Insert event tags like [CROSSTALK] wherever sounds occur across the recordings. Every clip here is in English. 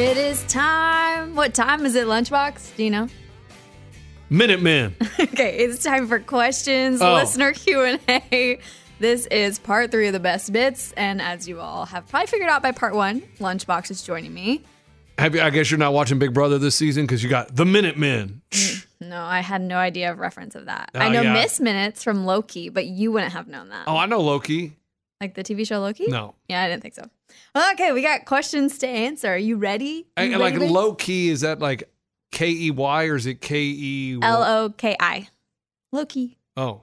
It is time. What time is it, Lunchbox? Do you know? Minutemen. [LAUGHS] Okay, it's time for questions, Oh. listener Q and A. This is part three of the best bits, and as you all have probably figured out by part one, Lunchbox is joining me. Have you, I guess you're not watching Big Brother this season because you got the Minutemen. Mm. No, I had no idea of reference of that. Oh, I know yeah. Miss Minutes from Loki, but you wouldn't have known that. Oh, I know Loki. Like the TV show Loki? No. Yeah, I didn't think so. Okay, we got questions to answer. Are you ready? I, You like ready? low key, is that like K E Y or is it K E? L O K I. Loki. Oh,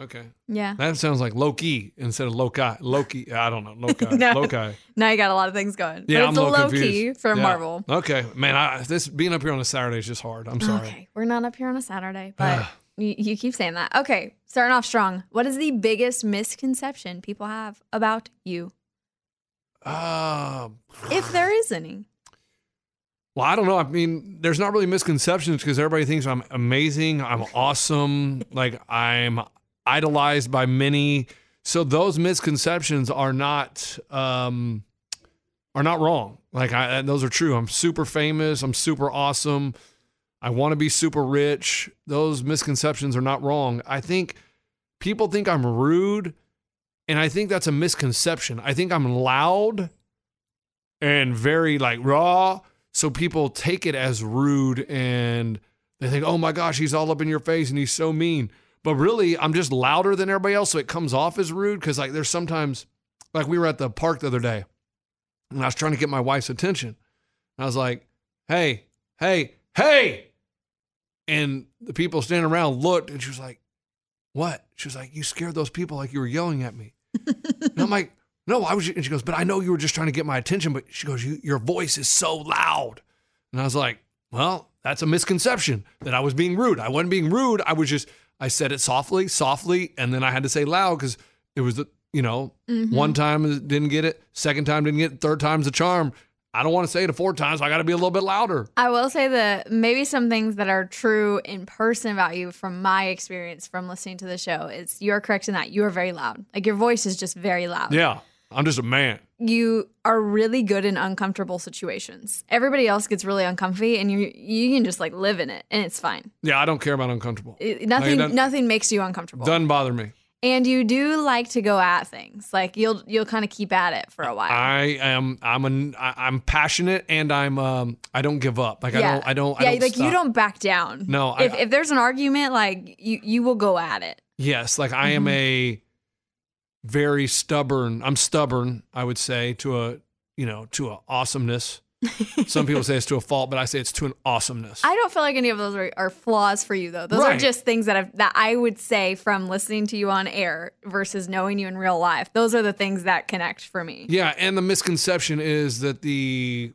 okay. Yeah. That sounds like Loki instead of Loki. Loki. I don't know. Loki. [LAUGHS] No. Loki. Now you got a lot of things going. Yeah, but I'm it's a little Loki confused. from Yeah. Marvel. Okay, man. I, this being up here on a Saturday is just hard. I'm sorry. Okay, we're not up here on a Saturday, but you, you keep saying that. Okay, starting off strong. What is the biggest misconception people have about you, Um, if there is any? Well, I don't know. I mean, there's not really misconceptions because everybody thinks I'm amazing, I'm awesome, like I'm idolized by many. So those misconceptions are not um, are not wrong. Like I, and those are true. I'm super famous. I'm super awesome. I want to be super rich. Those misconceptions are not wrong. I think people think I'm rude, and I think that's a misconception. I think I'm loud and very like raw. So people take it as rude and they think, oh my gosh, he's all up in your face and he's so mean. But really, I'm just louder than everybody else. So it comes off as rude because, like, there's sometimes, like, we were at the park the other day and I was trying to get my wife's attention. And I was like, hey, hey, hey. And the people standing around looked and she was like, what? She was like, you scared those people like you were yelling at me. and I'm like, no, I was. ju-" And she goes, but I know you were just trying to get my attention. But she goes, you, your voice is so loud. And I was like, well, that's a misconception that I was being rude. I wasn't being rude. I was just, I said it softly, softly. And then I had to say loud because it was, the, you know, one time it didn't get it, second time didn't get it, third time's the charm. I don't want to say it a four times. So I got to be a little bit louder. I will say that maybe some things that are true in person about you from my experience from listening to the show is you're correct in that you are very loud. Like your voice is just very loud. Yeah. I'm just a man. You are really good in uncomfortable situations. Everybody else gets really uncomfy and you you can just like live in it and it's fine. Yeah. I don't care about uncomfortable. It- nothing doesn't- nothing makes you uncomfortable. Doesn't bother me. And you do like to go at things. Like you'll you'll kind of keep at it for a while. I am I'm an I- I'm passionate and I'm um I don't give up. Like I don't I don't Yeah, I don't like you stop. don't back down. No, I- if if there's an argument, like you you will go at it. Yes, like I Mm-hmm. am a very stubborn. I'm stubborn, I would say, to a you know, to a [LAUGHS] awesomeness. Some people say it's to a fault, but I say it's to an awesomeness. I don't feel like any of those are, are flaws for you though. Those are Right. just things that I've, that I would say from listening to you on air versus knowing you in real life. Those are the things that connect for me. yeah, and the misconception is that the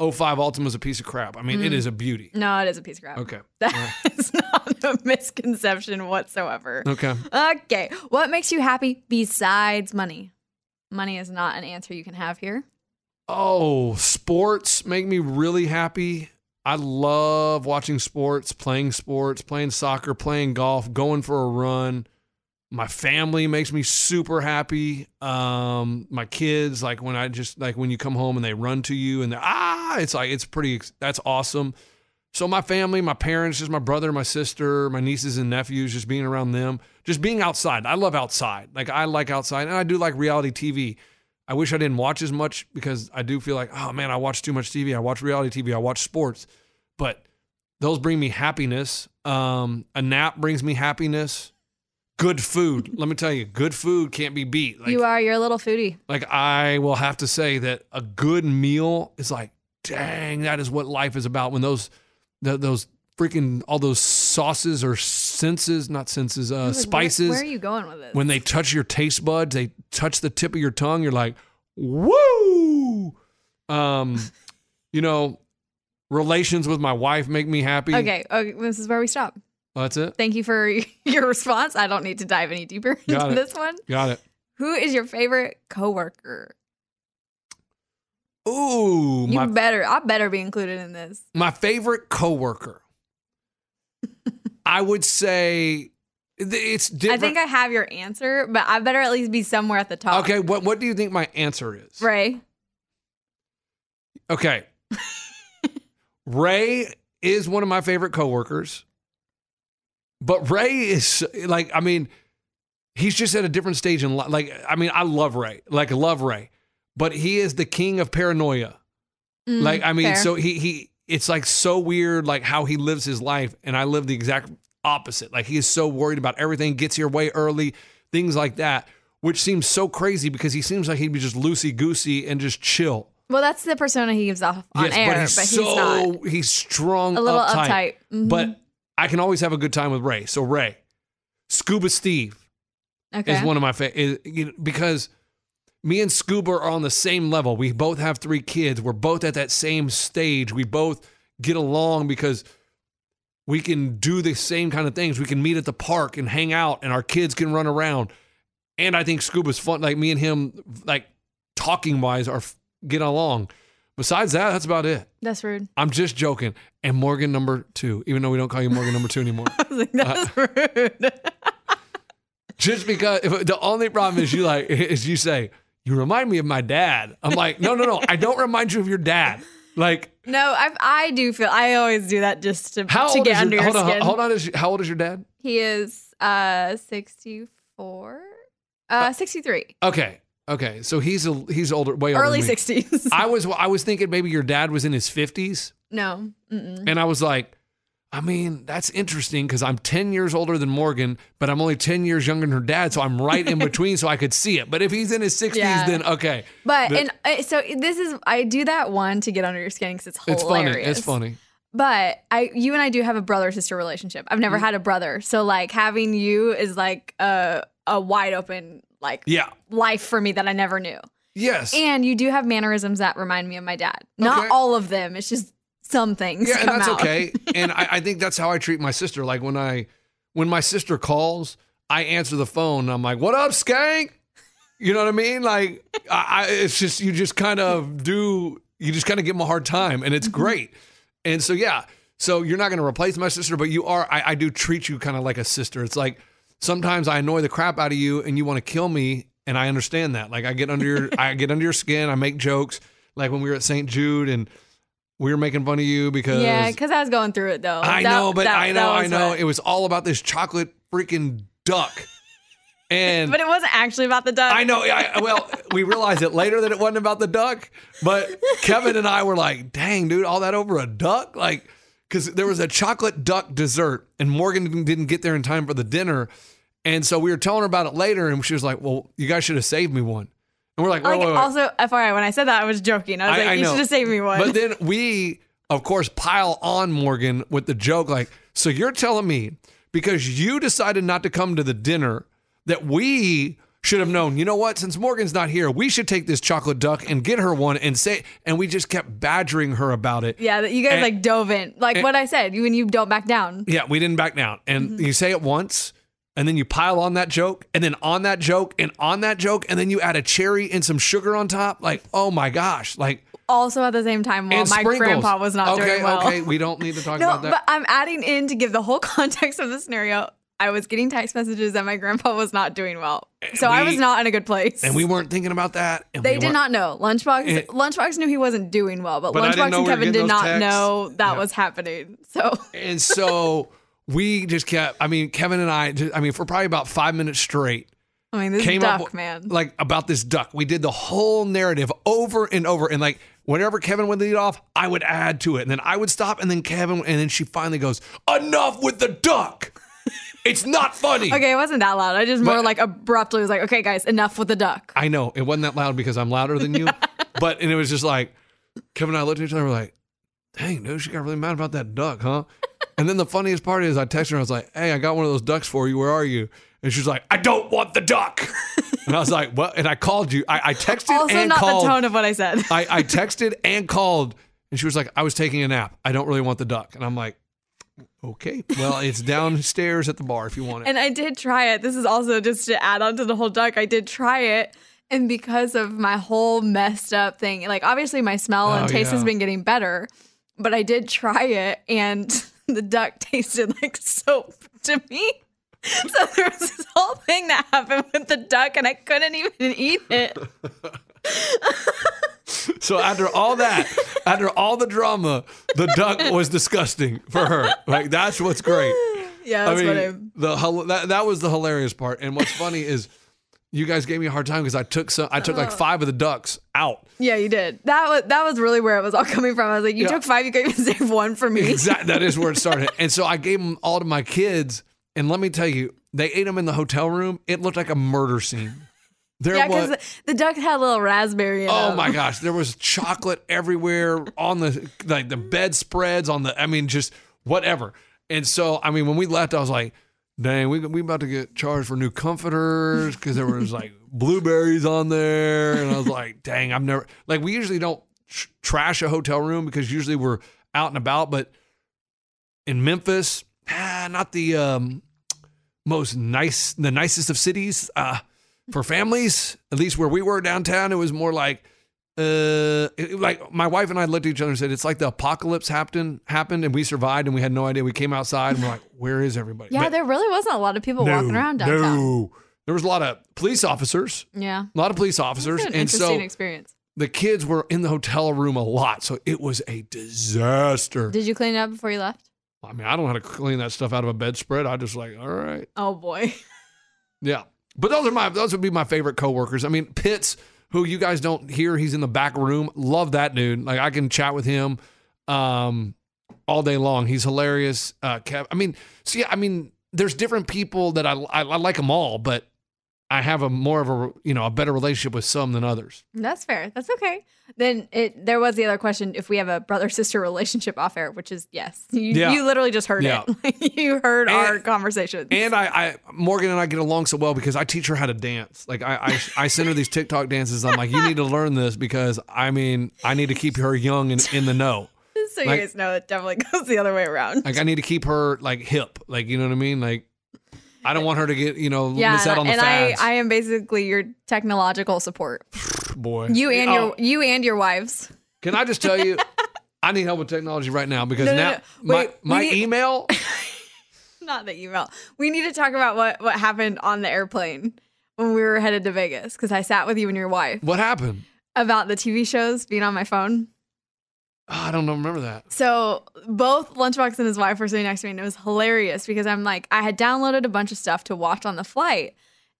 05 Ultima's a piece of crap. I mean, Mm. it is a beauty. No, it is a piece of crap. Okay. [LAUGHS] That is not a misconception whatsoever. Okay. Okay. What makes you happy besides money? Money is not an answer you can have here. Oh, sports make me really happy. I love watching sports, playing sports, playing soccer, playing golf, going for a run. My family makes me super happy. Um, my kids, like when I just like when you come home and they run to you and they're ah, it's like it's pretty. That's awesome. So my family, my parents, just my brother, my sister, my nieces and nephews, just being around them, just being outside. I love outside. Like I like outside, and I do like reality TV. I wish I didn't watch as much because I do feel like, oh man, I watch too much TV. I watch reality TV. I watch sports, but those bring me happiness. Um, a nap brings me happiness. Good food. Let me tell you, good food can't be beat. Like, you are your little foodie. like I will have to say that a good meal is like, dang, that is what life is about. When those, th- those freaking all those sauces or senses, not senses, uh, I was like, where- spices Where, are you going with this? when they touch your taste buds, they touch the tip of your tongue. You're like, woo. Um, you know, relations with my wife make me happy. okay, okay, this is where we stop. that's it. Thank you for [LAUGHS] your response. I don't need to dive any deeper Got into it. this one. Got it. Who is your favorite coworker? Ooh, You my better, I better be included in this. my favorite coworker. I would say th- it's I different. think I have your answer, but I better at least be somewhere at the top. okay, what what do you think my answer is? Ray. [LAUGHS] Okay. Ray is one of my favorite coworkers. But Ray is like, I mean, he's just at a different stage in life. Like, I mean, I love Ray. Like, love Ray. But he is the king of paranoia. Mm, Like, I mean, fair. so he he it's like so weird, like how he lives his life, and I live the exact opposite. Like he is so worried about everything, gets here way early, things like that, which seems so crazy because he seems like he'd be just loosey goosey and just chill well, that's the persona he gives off on air, but he's, not. he's strong, A little uptight. uptight. Mhm. But I can always have a good time with Ray. So Ray, Scuba Steve okay. is one of my favorite you know, because me and Scuba are on the same level. We both have three kids. We're both at that same stage. We both get along because we can do the same kind of things. We can meet at the park and hang out, and our kids can run around. And I think Scuba's fun. Like me and him, like talking wise, are f- get along. Besides that, that's about it. that's rude. [LAUGHS] I'm just joking. And Morgan number two, even though we don't call you Morgan number two anymore. I was like, that's rude. just because if, the only problem is you like [LAUGHS] is you say you remind me of my dad. I'm like, no, no, no, I don't remind you of your dad. Like, no, I, I do feel I always do that just to, how to old get is under your, your hold on, skin. hold on? Is, how old is your dad? He is uh 64. Uh 63. Okay, okay, so he's a he's older, way older. Early than me. 60s. I was I was thinking maybe your dad was in his 50s, [LAUGHS] no. Mm-mm. and I was like. I mean, that's interesting because I'm 10 years older than Morgan, but I'm only 10 years younger than her dad. So I'm right [LAUGHS] in between, so I could see it. But if he's in his 60s, Yeah. then okay. But The- and uh, so this is I do that one to get under your skin cuz it's It's hilarious. funny. It's funny. But I you and I do have a brother sister relationship. I've Mm. never had a brother. So like having you is like a a wide open like Yeah. life for me that I never knew. Yes. And you do have mannerisms that remind me of my dad. Not Okay. all of them. It's just some things. yeah, and come that's out. [LAUGHS] okay. and I, I think that's how I treat my sister. Like when I when my sister calls, I answer the phone. And I'm like, "What up, skank?" You know what I mean? Like, I, I it's just you just kind of do you just kind of give them a hard time, and Mm-hmm. it's great. And so yeah, so you're not going to replace my sister, but you are. I, I do treat you kind of like a sister. It's like sometimes I annoy the crap out of you, and you want to kill me, and I understand that. Like I get [LAUGHS] under your I get under your skin. I make jokes. Like when we were at St. Jude, and we were making fun of you because Yeah, because I was going through it though. I That- know, but that- I that know, I was know. what- It was all about this chocolate freaking [LAUGHS] duck. And but it wasn't actually about the duck. I know. I, well, we realized it later that it wasn't about the duck, but Kevin and I were like, dang, dude, all that over a duck? Like, because there was a chocolate duck dessert, and Morgan didn't- didn't get there in time for the dinner. And so we were telling her about it later, and she was like, well, you guys should have saved me one. And we're like, Like wait, wait, wait. also, FYI, when I said that, I was joking. I was like, you should have saved me one. But then we, of course, pile on Morgan with the joke like, so you're telling me because you decided not to come to the dinner that we should have known, you know what? Since Morgan's not here, we should take this chocolate duck and get her one and say, and we just kept badgering her about it. [LAUGHS] Yeah, that you guys And- like dove in. Like and- what I said, you- when you don't back down. Yeah, we didn't back down. And Mm-hmm. you say it once, and then you pile on that joke, and then on that joke, and on that joke, and then you add a cherry and some sugar on top. Like, oh my gosh. Like, Also at the same time, while and my sprinkles. grandpa was not okay, doing well. Okay, we don't need to talk No, about but that. I'm adding in to give the whole [LAUGHS] context of the scenario. I was getting text messages that my grandpa was not doing well. So I we- was not in a good place. and we weren't thinking about that. And they we did weren't- not know. Lunchbox It- Lunchbox knew he wasn't doing well, but, Eh. But I didn't Lunchbox know we and were Kevin getting did those not texts. know that Yeah. was happening. [LAUGHS] So [LAUGHS] And so we just kept, I mean, Kevin and I, just, I mean, for probably about five minutes straight, I mean this came duck up man. like about this duck. We did the whole narrative over and over, and like whenever Kevin would lead off, I would add to it, and then I would stop, and then Kevin, and then she finally goes, "Enough with the duck! It's not [LAUGHS] funny." okay, it wasn't that loud. I just more But- like abruptly was like, okay guys, enough with the duck. I know it wasn't that loud because I'm louder [LAUGHS] than you, but and it was just like Kevin and I looked at each other, we're like, "Dang, dude, she got really mad about that duck, huh?" And then the funniest part is I texted her, I was like, "Hey, I got one of those ducks for you. Where are you?" And she's like, "I don't want [LAUGHS] the duck." And I was like, "What?" And I called you. I, I texted Also and not called. the tone of what I said. I, I texted and called, and she was like, I was taking a nap. I don't really want the duck. And I'm like, okay, [LAUGHS] well, it's downstairs at the bar if you want it. And I did try it. This is also just to add on to the whole duck. I did try it. And because of my whole messed up thing, like obviously my smell and Oh, taste has yeah. been getting better, but I did try it and [LAUGHS] the duck tasted like soap to me. [LAUGHS] So there was this whole thing that happened with the duck and I couldn't even eat [LAUGHS] it. so after all that, after all the drama, the duck was disgusting for her. Like, that's what's great. Yeah, I that's what mean, I the hel- that, that was the hilarious part. And what's funny is you guys gave me a hard time because I took some, I took like Oh. five of the ducks out. Yeah, you did. That was that was really where it was all coming from. I was like, you Yeah. took five, you could even [LAUGHS] save one for me. Exactly. That is where [LAUGHS] it started. And so I gave them all to my kids. And let me tell you, they ate them in the hotel room. It looked like a murder scene. There Yeah, was. because the duck had a little raspberry in Oh it. my gosh, there was chocolate everywhere on the like the bedspreads on the I mean just whatever. And so I mean when we left I was like, "Dang, we we about to get charged for new comforters cuz there was like [LAUGHS] blueberries on there." And I was like, "Dang, I've never like we usually don't tr- trash a hotel room because usually we're out and about, but in Memphis, ah, not the um most nice the nicest of cities uh for families at least where we were downtown it was more like uh it- it- like my wife and I looked at each other and said it's like the apocalypse happened happened and we survived and we had no idea we came outside and we're like where is everybody Yeah, But there really wasn't a lot of people no, walking around downtown. no. there was a lot of police officers Yeah. a lot of police It's officers an and interesting so experience. the kids were in the hotel room a lot so it was a disaster Did you clean it up before you left? I mean I don't know how to clean that stuff out of a bedspread I just like all right Oh boy. [LAUGHS] Yeah. But those are my those would be my favorite coworkers. I mean, Pitts, who you guys don't hear, he's in the back room. Love that dude. Like I can chat with him um all day long. He's hilarious. Uh Kev, I mean, see, I mean, there's different people that I I, I like them all, but I have a more of a you know a better relationship with some than others. That's fair. That's okay. Then it there was the other question if we have a brother sister relationship off air, which is yes. You Yeah. you literally just heard Yeah. it. [LAUGHS] you heard And- our conversations. And I, I Morgan and I get along so well because I teach her how to dance. Like I I, I send her these TikTok dances. I'm like, you need to learn this because I mean I need to keep her young and in the know. so like- you guys know it definitely goes the other way around. Like I need to keep her like hip. Like you know what I mean? Like I don't want her to get you know miss and out I- on the and fads. I, I am basically your technological support. Boy, You and Oh, your you and your wives. Can I just tell you? I need help with technology right now because No, no, now no. my Wait, we my need- email. Not the email. We need to talk about what what happened on the airplane when we were headed to Vegas because I sat with you and your wife What happened? about the TV shows being on my phone. Oh, I don't know- remember that. So both Lunchbox and his wife were sitting next to me, and it was hilarious because I'm like, I had downloaded a bunch of stuff to watch on the flight,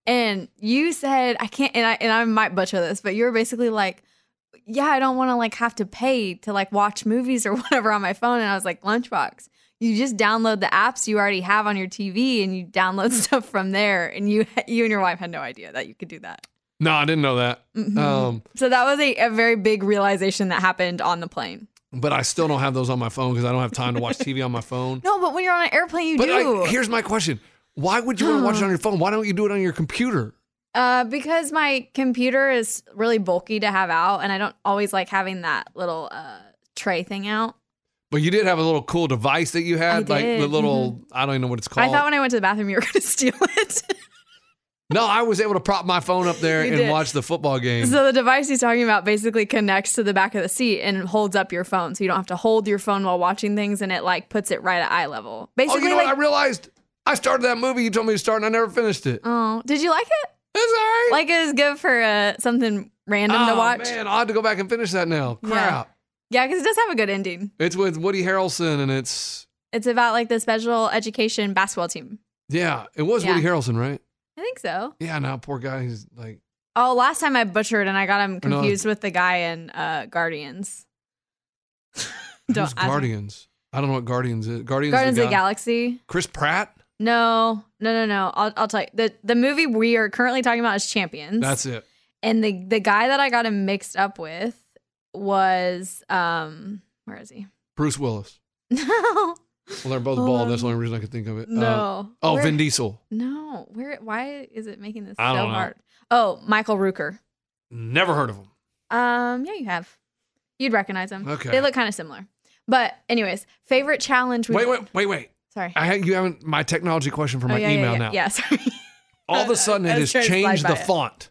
and you said I can't, and I and I might butcher this, but you were basically like, yeah, I don't want to like have to pay to like watch movies or [LAUGHS] whatever on my phone, and I was like, Lunchbox, you just download the apps you already have on your TV, and you download [LAUGHS] stuff from there, and you you and your wife had no idea that you could do that. No, I didn't know that. Mm-hmm. Um, So that was a, a very big realization that happened on the plane. but I still don't have those on my phone because I don't have time to watch TV on my phone. No, but when you're on an airplane, you but do. I, here's my question: Why would you want to watch it on your phone? Why don't you do it on your computer? Uh, because my computer is really bulky to have out, and I don't always like having that little uh, tray thing out. But you did have a little cool device that you had, like the did, Mm-hmm. little I don't even know what it's called. I thought when I went to the bathroom, you were [LAUGHS] going to steal it. no, I was able to prop my phone up there [LAUGHS] You and did. watch the football game. so the device he's talking about basically connects to the back of the seat and holds up your phone, so you don't have to hold your phone while watching things, and it like puts it right at eye level. oh, Basically, you know like, what? I realized I started that movie you told me to start, and I never finished it. oh, did you like it? That's all right. Like it was good for uh, something random oh, to watch. man, I'll have to go back and finish that now. Yeah. Crap. Yeah, because it does have a good ending. It's with Woody Harrelson, and it's It's about like the special education basketball team. yeah, it was Woody Yeah. Harrelson, right? I think so. Yeah, now poor guy, he's like Oh, last time I butchered and I got him Or no. confused with the guy in uh, Guardians. [LAUGHS] who's ask me. Guardians? I don't know what Guardians is. Guardians, Guardians the of the Galaxy. Chris Pratt. No, no, no, no. I'll, I'll tell you. The, the movie we are currently talking about is Champions. That's it. and the, the guy that I got him mixed up with was, um, where is he? [LAUGHS] Bruce Willis. No. Well, they're both Hold bald. That's on. the only reason I could think of it. Uh, No. oh, Where- Vin Diesel. No. Where? Why is it making this I so don't know. hard? Oh, Michael Rooker. Never heard of him. Um, yeah, you have. You'd recognize them. Okay. They look kind of similar. But anyways, favorite challenge. Wait, wait, wait, wait. Sorry. I ha- you haven't my technology question for Oh, my yeah, yeah, email yeah, now. Yeah, [LAUGHS] sorry. All of a sudden, I it was has trying to slide changed by the it. font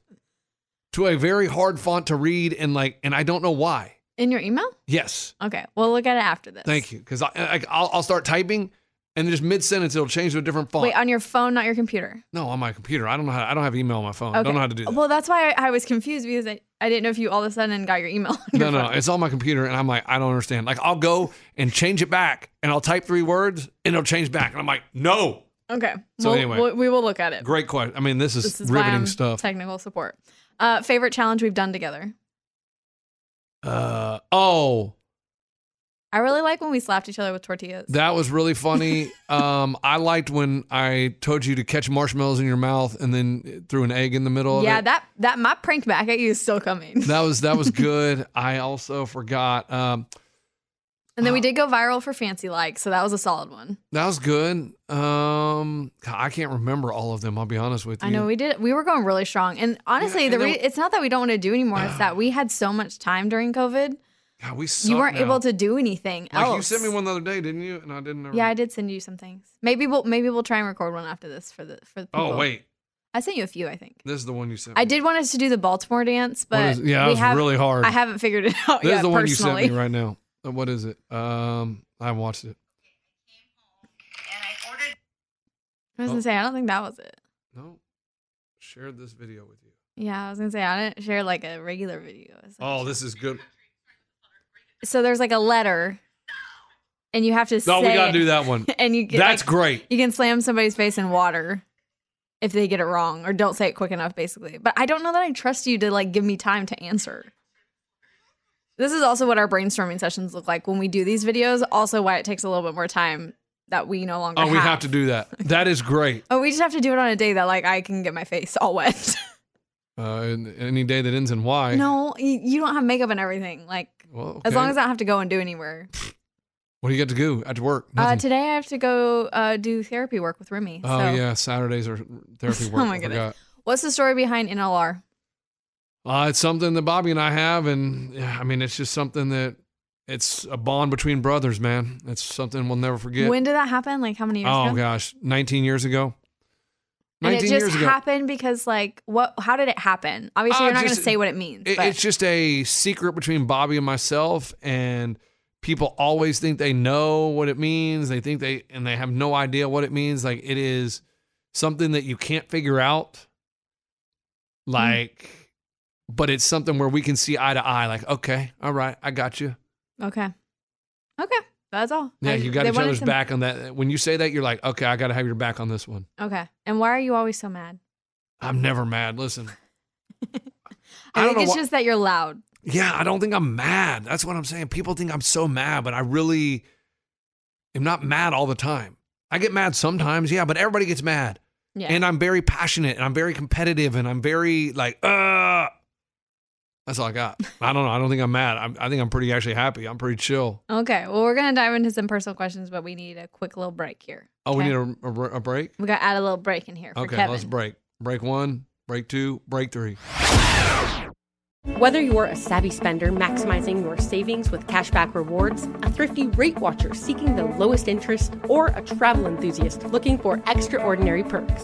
to a very hard font to read, and like, and I don't know why. In your email? Yes, Okay. We'll look at it after this. thank you, because I, I I'll, I'll start typing, and just mid sentence it'll change to a different font. Wait, on your phone, not your computer. no, on my computer, I don't know how. I don't have email on my phone. Okay. I don't know how to do that. Well, that's why I, I was confused because I, I didn't know if you all of a sudden got your email. [LAUGHS] on No, your no, phone. it's on my computer, and I'm like, I don't understand. Like, I'll go and change it back, and I'll type three words, and it'll change back, and I'm like, no. Okay. So we'll, anyway. we'll- we will look at it. Great question. I mean, this is, This is why riveting I'm stuff. Technical support. Uh, favorite challenge we've done together. uh, oh, I really like when we slapped each other with tortillas. that was really funny. [LAUGHS] um, I liked when I told you to catch marshmallows in your mouth and then threw an egg in the middle. of yeah, it. that that my prank back at you is still coming. that was that was good. [LAUGHS] I also forgot. Um, And then we did go viral for fancy like, so that was a solid one. that was good. Um, God, I can't remember all of them. I'll be honest with you. I know we did. We were going really strong, and honestly, and the then- re- it's not that we don't want to do anymore. It's that we had so much time during COVID, God, we you suck weren't now. able to do anything Like else. you sent me one the other day, didn't you? And I didn't. Ever, Yeah, I did send you some things. Maybe we'll maybe we'll try and record one after this for the for the. Oh people. wait, I sent you a few. I think this is the one you sent. I me. did want us to do the Baltimore dance, What but is- yeah, that we was have- really hard. I haven't figured it [LAUGHS] out This yet. is the one you personally, sent me right now. Uh, What is it? Um, I watched it. I was gonna Oh. say I don't think that was it. No, shared this video with you. Yeah, I was gonna say I didn't share like a regular video. It's like- Oh, this is good. So there's like a letter, and you have to. Oh. No, say we gotta it. do that one. [LAUGHS] and you get That's like, great. You can slam somebody's face in water if they get it wrong or don't say it quick enough, basically. But I don't know that I trust you to like give me time to answer. This is also what our brainstorming sessions look like when we do these videos. Also, why it takes a little bit more time that we no longer. Oh, we have to [LAUGHS] do that. That is great. Oh, we just have to do it on a day that like I can get my face all wet. [LAUGHS] Uh, and- any day that ends in Y. no, you, you don't have makeup and everything. Like Well, as long okay. as I don't have to go and do anywhere. What do you got to do at work? Uh, Nothing. today I have to go uh, do therapy work with Remy. oh so. yeah, Saturdays are [LAUGHS] therapy Oh work. my I goodness. forgot. What's the story behind NLR? Uh, it's something that Bobby and I have, and yeah, I mean, it's just something that it's a bond between brothers, man. It's something we'll never forget. When did that happen? Like how many years oh ago? gosh, 19 years ago. And 19 it just years ago. happened because like what how did it happen? Obviously Uh, you're not just- gonna say what it means. It- but it's just a secret between Bobby and myself, and people always think they know what it means. They think they and they have no idea what it means. Like it is something that you can't figure out. Mm. Like, but it's something where we can see eye to eye. Like, okay, all right, I got you. Okay. Okay. That's all. Yeah, I- you got they each wanted other's to- back on that. When you say that, you're like, okay, I got to have your back on this one. Okay. And why are you always so mad? I'm never mad. Listen, [LAUGHS] I, I don't think know it's why- just that you're loud. Yeah, I don't think I'm mad. That's what I'm saying. People think I'm so mad, but I really am not mad all the time. I get mad sometimes, yeah, but everybody gets mad. Yeah. And I'm very passionate and I'm very competitive and I'm very like, uh that's all [LAUGHS] I got. I don't know. I don't think I'm mad. I'm, I think I'm pretty actually happy. I'm pretty chill. okay. Well we're gonna dive into some personal questions, but we need a quick little break here. Oh, we Okay? need a, a, br- a break? we gotta add a little break in here for Okay, Kevin. let's break. Break one. break two, break three. Whether you're a savvy spender maximizing your savings with cashback rewards, a thrifty rate watcher seeking the lowest interest, or a travel enthusiast looking for extraordinary perks,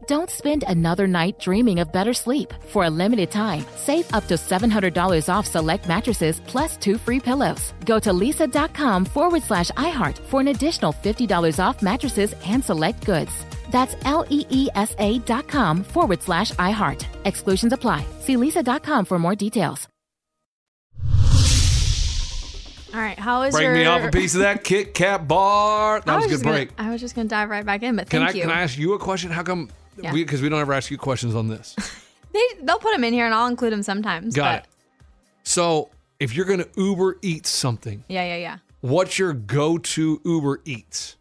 Don't spend another night dreaming of better sleep. For a limited time, save up to $700 off select mattresses plus two free pillows. Go to lisa.com forward slash iHeart for an additional $50 off mattresses and select goods. That's L E E S A dot com forward slash iHeart. Exclusions apply. See lisa.com for more details. All right, how is Break your? me off a piece of that Kit Kat bar. I That was a good just gonna- break. I was just gonna dive right back in, but Can thank I you. can I ask you a question? How come? Yeah. Because we, don't ever ask you questions [LAUGHS] on this. They they'll put them in here, and I'll include them sometimes. but- Got it. So if you're gonna Uber Eats something, Yeah, yeah, yeah. what's your go-to Uber Eats?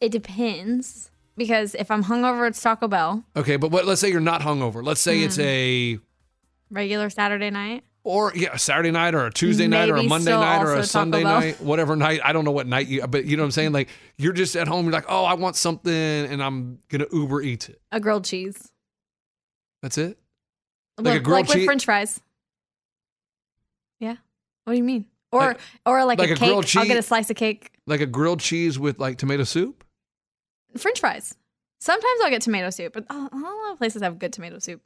It depends because if I'm hungover, it's Taco Bell. Okay, but what, let's say you're not hungover. Let's say Hmm. it's a Regular Saturday night. or yeah, a Saturday night or a Tuesday night or a Maybe Monday still night or also a Taco Sunday Bell. night, whatever night. I don't know what night you, but you know what I'm saying. Like you're just at home. You're like, oh, I want something, and I'm gonna Uber Eats it. A grilled cheese. That's it. Like a Look, grilled with chee- French fries. Yeah. What do you mean? Or Like- or like, like a, a cake. grilled I'll get chee- a slice of cake. Like a grilled cheese with like tomato soup. French fries. Sometimes I'll get tomato soup, but oh, a lot of places have good tomato soup.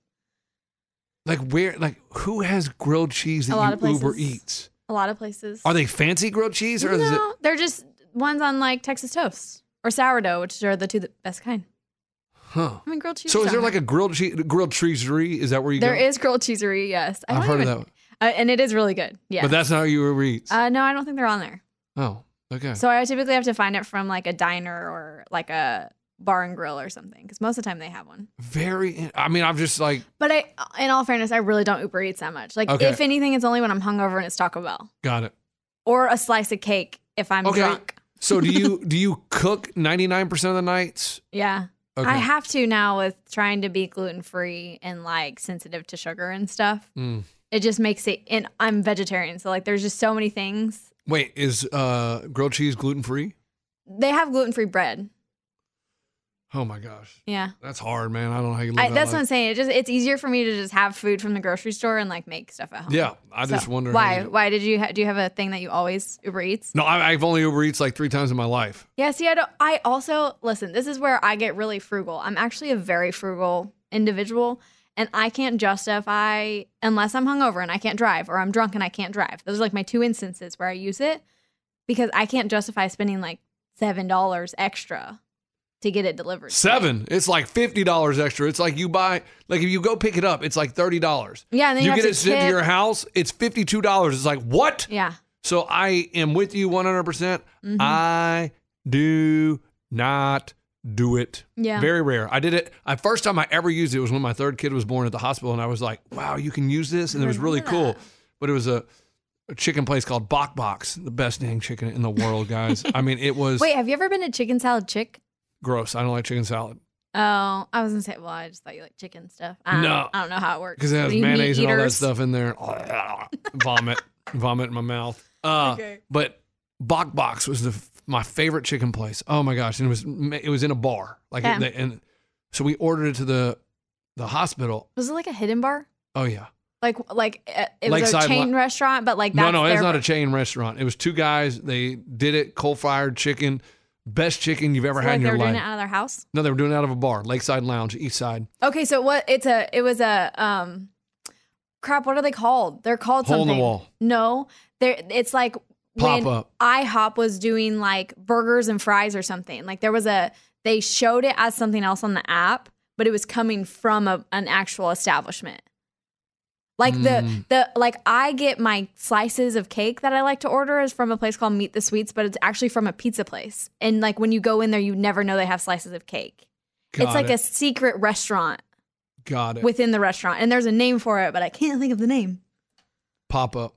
Like where? Like who has grilled cheese A lot of that you Uber places. Eats? A lot of places. Are they fancy grilled cheese or is it? No, they're just ones on like Texas toast or sourdough, which are the two the best kind. Huh. I mean, grilled cheese. So is there like a grilled cheese grilled cheesery? Is that where you There go? is grilled cheesery. Yes, I I've don't heard of even- that. uh, and it is really good. Yeah, But that's not how you Uber Eats. uh, no, I don't think they're on there. oh, okay. So I typically have to find it from like a diner or like a bar and grill or something because most of the time they have one. Very. in- I mean, I'm just like But I, uh, in all fairness, I really don't Uber Eats that much. Like Okay. if anything, it's only when I'm hungover and it's Taco Bell got it. or a slice of cake if I'm Okay. drunk. So do you [LAUGHS] do you cook 99 percent of the nights? Yeah. I have to now with trying to be gluten free and like sensitive to sugar and stuff. Mm. It just makes it, and I'm vegetarian, so like there's just so many things. Wait, is uh, grilled cheese gluten free? They have gluten free bread. Oh my gosh, Yeah, that's hard, man. I don't know how you live I, that that's what I'm life. saying. It just it's easier for me to just have food from the grocery store and like make stuff at home. Yeah, I just So, wonder how why. you- Why did you ha- do you have a thing that you always Uber Eats? No, I, I've only Uber Eats like three times in my life. Yeah, see, I don't. I also listen. This is where I get really frugal. I'm actually a very frugal individual, and I can't justify unless I'm hungover and I can't drive, or I'm drunk and I can't drive. Those are like my two instances where I use it because I can't justify spending like seven dollars extra to get it delivered. Seven. It's like fifty dollars extra. It's like you buy like if you go pick it up, it's like thirty dollars. Yeah, and then you you have get to it sent to tip. your house. It's fifty two dollars. It's like what? Yeah. Mm-hmm. So I am with you one hundred percent. I do not do it. Yeah. Very rare. I did it. I first time I ever used it was when my third kid was born at the hospital, and I was like, "Wow, you can use this," and it was really cool. But it was a, a chicken place called Bok Box, the best dang chicken in the world, guys. I mean, it was Wait, have you ever been a chicken salad chick? gross. I don't like chicken salad. Oh, I was gonna say. Well, I just thought you like chicken stuff. I No. don't, I don't know how it works because it has You meat mayonnaise and all that eaters. stuff [LAUGHS] in there. vomit, vomit in my mouth. Uh, But Bok Box was the f- my favorite chicken place. Oh my gosh, and it was ma- it was in a bar, like Yeah. they- and so we ordered it to the the hospital. Was it like a hidden bar? Oh yeah, Like like uh, it was Lakeside a chain Lo- restaurant, but like that's no, no, it's their- not a chain restaurant. It was two guys. They did it coal fired chicken, best chicken you've ever so had like in they your were life. doing it out of their house. no, they were doing it out of a bar, Lakeside Lounge, East Side. Okay, so what? It's a it was a um, crap. What are they called? They're called Hole in the something. wall. No, they're it's like when Pop-up. IHOP was doing like burgers and fries or something. Like there was a they showed it as something else on the app, but it was coming from a, an actual establishment. Like Hmm. the the like I get my slices of cake that I like to order is from a place called Meet the Sweets, but it's actually from a pizza place. And like when you go in there, you never know they have slices of cake. Got it's like a it. secret restaurant got it within the restaurant, and there's a name for it, but I can't think of the name. pop up.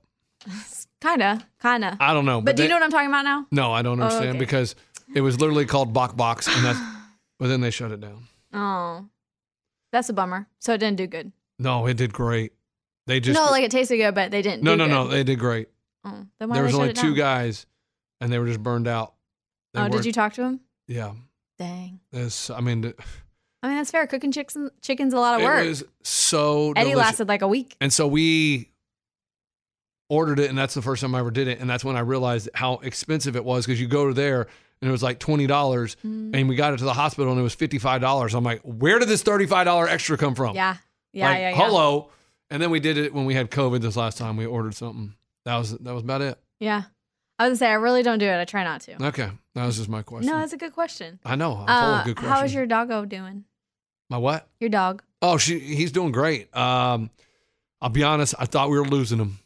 Kinda, kinda. I don't know, but do you they- know what I'm talking about now? No, I don't understand okay. because it was literally called Bok Box, and that's. but then they shut it down. Oh, that's a bummer. So it didn't do good. No, it did great. They just no, like it tasted good, but they didn't. no, do no, good. no, they did great. Oh, then why there did was they only shut it two down? guys, and they were just burned out. They Oh, weren't- did you talk to him? Yeah, Dang. this. I mean, it I mean, that's fair. Cooking chickens, chickens, a lot of work. was so Eddie delicious. lasted like a week. And so we ordered it, and that's the first time I ever did it. And that's when I realized how expensive it was because you go there and it was like $20, Mm. and we got it to the hospital and it was $55. I'm like, where did this $35 extra come from? Yeah, yeah, Oh. Like, yeah, yeah. Hello. And then we did it when we had COVID this last time. We ordered something. That was that was about it. Yeah, I was gonna say I really don't do it. I try not to. Okay. That was just my question. Oh. No, that's a good question. I know. I'm full Uh, of good questions. how is your doggo doing? my what? Your dog? Oh, she he's doing great. Um, I'll be honest, I thought we were losing him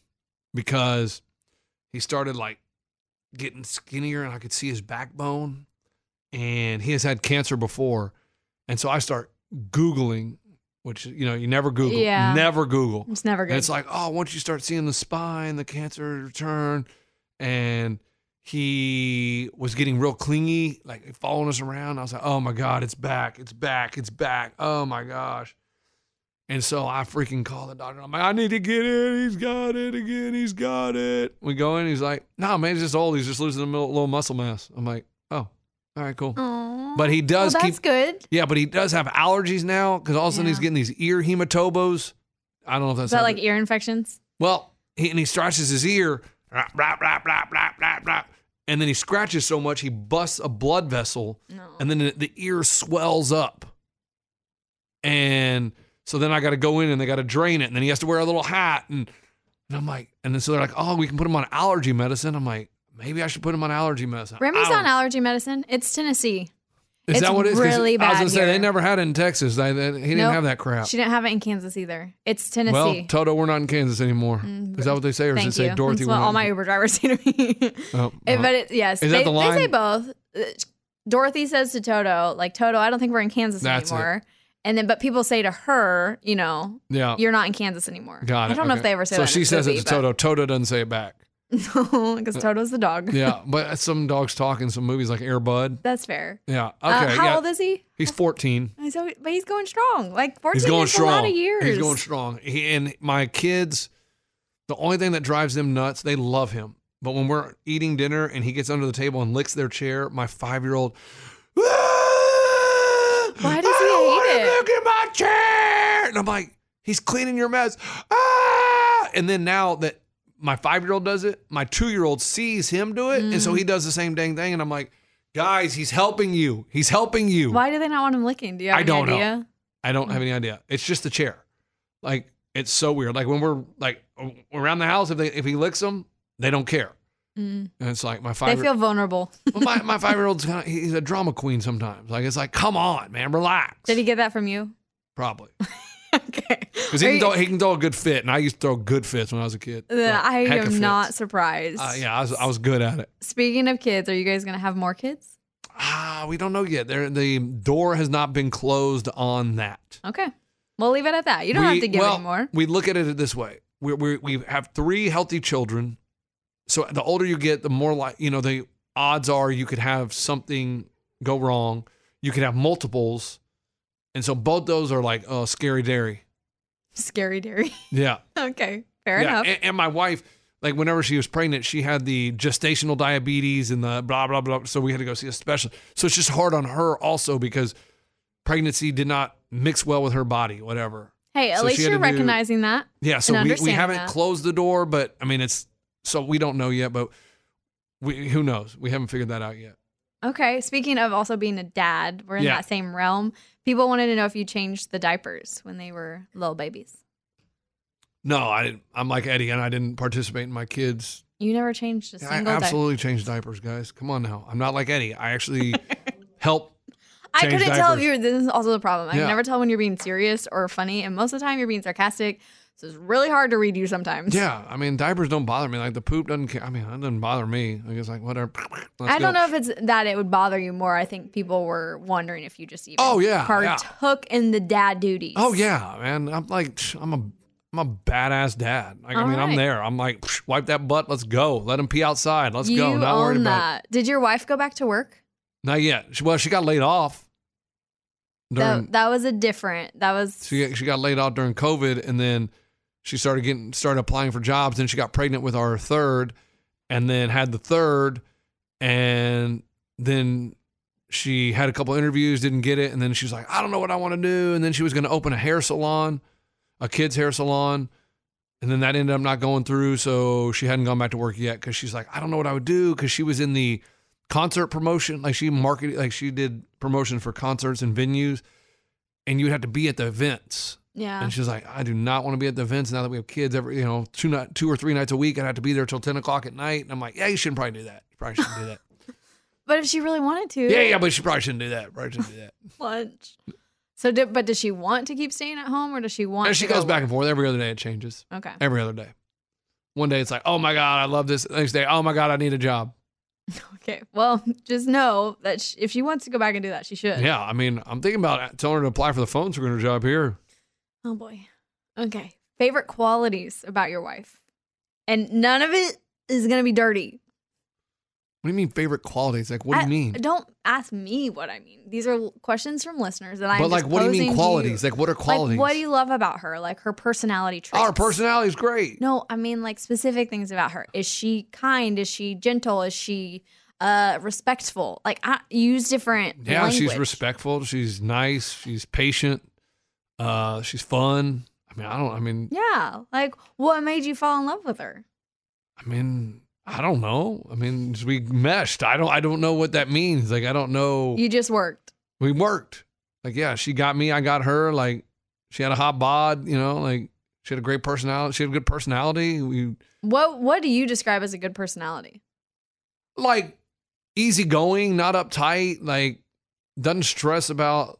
because he started like getting skinnier and I could see his backbone. And he has had cancer before. And so I start Googling, which you know, you never Google. Yeah. Never Google. It's never And good. it's like, oh, once you start seeing the spine, the cancer return, and he was getting real clingy, like following us around. I was like, oh my God, it's back, it's back, it's back. Oh my gosh. And so I freaking call the doctor. I'm like, I need to get it. He's got it again. He's got it. We go in. He's like, no, man, he's just old. He's just losing a mil- little muscle mass. I'm like, oh, all right, cool. Aw. But he well, does that's keep good. yeah, but he does have allergies now because all of a sudden he's Yeah. getting these ear hematobos. I don't know if that's Is that how- like ear infections? well, he, and he scratches his ear, rap, rap, rap, rap, rap, rap, rap. and then he scratches so much he busts a blood vessel, and then the, the ear swells up. And so then I got to go in and they got to drain it, and then he has to wear a little hat, and and I'm like, and then so they're like, oh, we can put him on allergy medicine. I'm like, maybe I should put him on allergy medicine. Remy's I don't- on allergy medicine. It's Tennessee. Is it's that what it is? 'Cause really I was bad gonna say they here. never had it in Texas. They, they- he didn't Nope. have that crap. She didn't have it in Kansas either. It's Tennessee. Well, Toto, we're not in Kansas anymore. is that what they say, or does it Mm, Thank say you. Dorothy? That's we're what not all in- my Uber drivers say to me. [LAUGHS] Oh, Eh, oh. but it, yes, Is that they, the they say line? both. Uh, Dorothy says to Toto, like Toto, I don't think we're in Kansas That's it. anymore. And then, but people say to her, you know, yeah, you're not in Kansas anymore. Oh. Got it. I don't know okay. if they ever say so that. she says it to Toto. Toto doesn't say it back. Toto [LAUGHS] because Toto's the dog. Yeah, but some dogs talk in some movies like Air Bud. That's fair. Yeah. Okay. Uh, how yeah. old is he? He's 14. He's al- but he's going strong. Like 14 He's going is strong. a lot of years. He's going strong. He, and my kids, the only thing that drives them nuts, they love him. But when we're eating dinner and he gets under the table and licks their chair, my five year old. Why does he hate it?" Look at my chair, and I'm like, he's cleaning your mess. Ah! And then now that my five year old does it, my two year old sees him do it, Mm. and so he does the same dang thing. And I'm like, guys, he's helping you. He's helping you. Why do they not want him licking? Do you have I any don't know. idea? I Mm. don't have any idea. It's just the chair. Like it's so weird. Like when we're like around the house, if they if he licks them, they don't care. Mm. And it's like my They five. feel vulnerable. well, [LAUGHS] my [LAUGHS] my five year old's kind of he's a drama queen sometimes. Like it's like, come on, man, relax. Did he get that from [LAUGHS] you? Probably okay. because Are he can you- throw he can throw a good fit, and I used to throw good fits when I was a kid. Uh, Throw I heck of am fits. not surprised. Uh, yeah, I was I was good at it. Speaking of kids, are you guys gonna have more kids? Ah, we don't know yet. There, the door has not been closed on that. Okay. We'll leave it at that. You don't We- have to give well, any more. We look at it this way: we we we have three healthy children, so the older you get, the more like you know the odds are you could have something go wrong. You could have multiples, and so both those are like oh scary dairy. Scary dairy. Yeah, [LAUGHS] okay. Fair yeah. enough. And, and my wife, like whenever she was pregnant, she had the gestational diabetes and the blah blah blah. So we had to go see a specialist. So it's just hard on her also because pregnancy did not mix well with her body, whatever. hey, at so least she had you're to do- recognizing that. Yeah, so and we, we understand haven't that. closed the door, but I mean it's so we don't know yet, but we who knows? We haven't figured that out yet. Okay. Speaking of also being a dad, we're in Yeah. that same realm. People wanted to know if you changed the diapers when they were little babies. No, I didn't- I'm like Eddie and I didn't participate in my kids. You never changed a I single diaper. absolutely changed diapers, guys. Come on now. I'm not like Eddie. I [LAUGHS] actually help I change couldn't tell if diapers. you were. This is also the problem. I Yeah. can never tell when you're being serious or funny, and most of the time you're being sarcastic. So it's really hard to read you sometimes. Yeah, I mean diapers don't bother me. Like the poop doesn't care. I mean, it doesn't bother me. Like it's like whatever. [LAUGHS] Let's I don't go. know if it's that it would bother you more. I think people were wondering if you just even Oh, yeah, yeah. partook in the dad duties. Oh yeah, man. I'm like psh, I'm a I'm a badass dad. Like I All mean, I'm right. there. I'm like psh, wipe that butt. Let's go. Let him pee outside. Let's you go. Not worried own about it. that. Did your wife go back to work? Not yet. She, well, she got laid off. During, that, that was a different. That was she she got laid off during COVID, and then she started getting started applying for jobs. Then she got pregnant with our third, and then had the third, and then she had a couple interviews, didn't get it, and then she was like, I don't know what I want to do, and then she was going to open a hair salon, a kids hair salon. And then that ended up not going through, so she hadn't gone back to work yet because she's like, I don't know what I would do because she was in the concert promotion, like she marketed, like she did promotion for concerts and venues, and you would have to be at the events. yeah. And she's like, I do not want to be at the events now that we have kids every, you know, two night, two or three nights a week. I'd have to be there till ten o'clock at night. And I'm like, yeah, you shouldn't probably do that. You probably shouldn't do [LAUGHS] that. But if she really wanted to, yeah, yeah, but you probably shouldn't do that. Probably shouldn't [LAUGHS] do that. lunch. So, did, but does she want to keep staying at home, or does she want? And she to go goes back work? and forth every other day. It changes Okay. [LAUGHS] every other day. One day it's like, oh my god, I love this. The next day, oh my god, I need a job. Okay. Well, just know that sh if she wants to go back and do that, she should. Yeah, I mean, I'm thinking about telling her to apply for the phone screener job here. Oh boy. Okay. Favorite qualities about your wife, and none of it is gonna be dirty. What do you mean favorite qualities? Like, what do I- you mean? Don't ask me what I mean. These are l- questions from listeners that I'm. But like, just what do you posing mean to qualities? Like, what are Like, qualities? what do you love about her? Like her personality traits. Our personality is great. No, I mean like specific things about her. Is she kind? Is she gentle? Is she uh respectful? Like I use different. Yeah, she's language. respectful. She's nice. She's patient. Uh, she's fun. I mean, I don't. I mean, Yeah, like what made you fall in love with her? I mean, I don't know. I mean, we meshed. I don't. I don't know what that means. Like, I don't know. You just worked. we worked. Like, yeah, she got me. I got her. Like, she had a hot bod. You know, like she had a great personality. She had a good personality. We What What do you describe as a good personality? like easygoing, not uptight, like doesn't stress about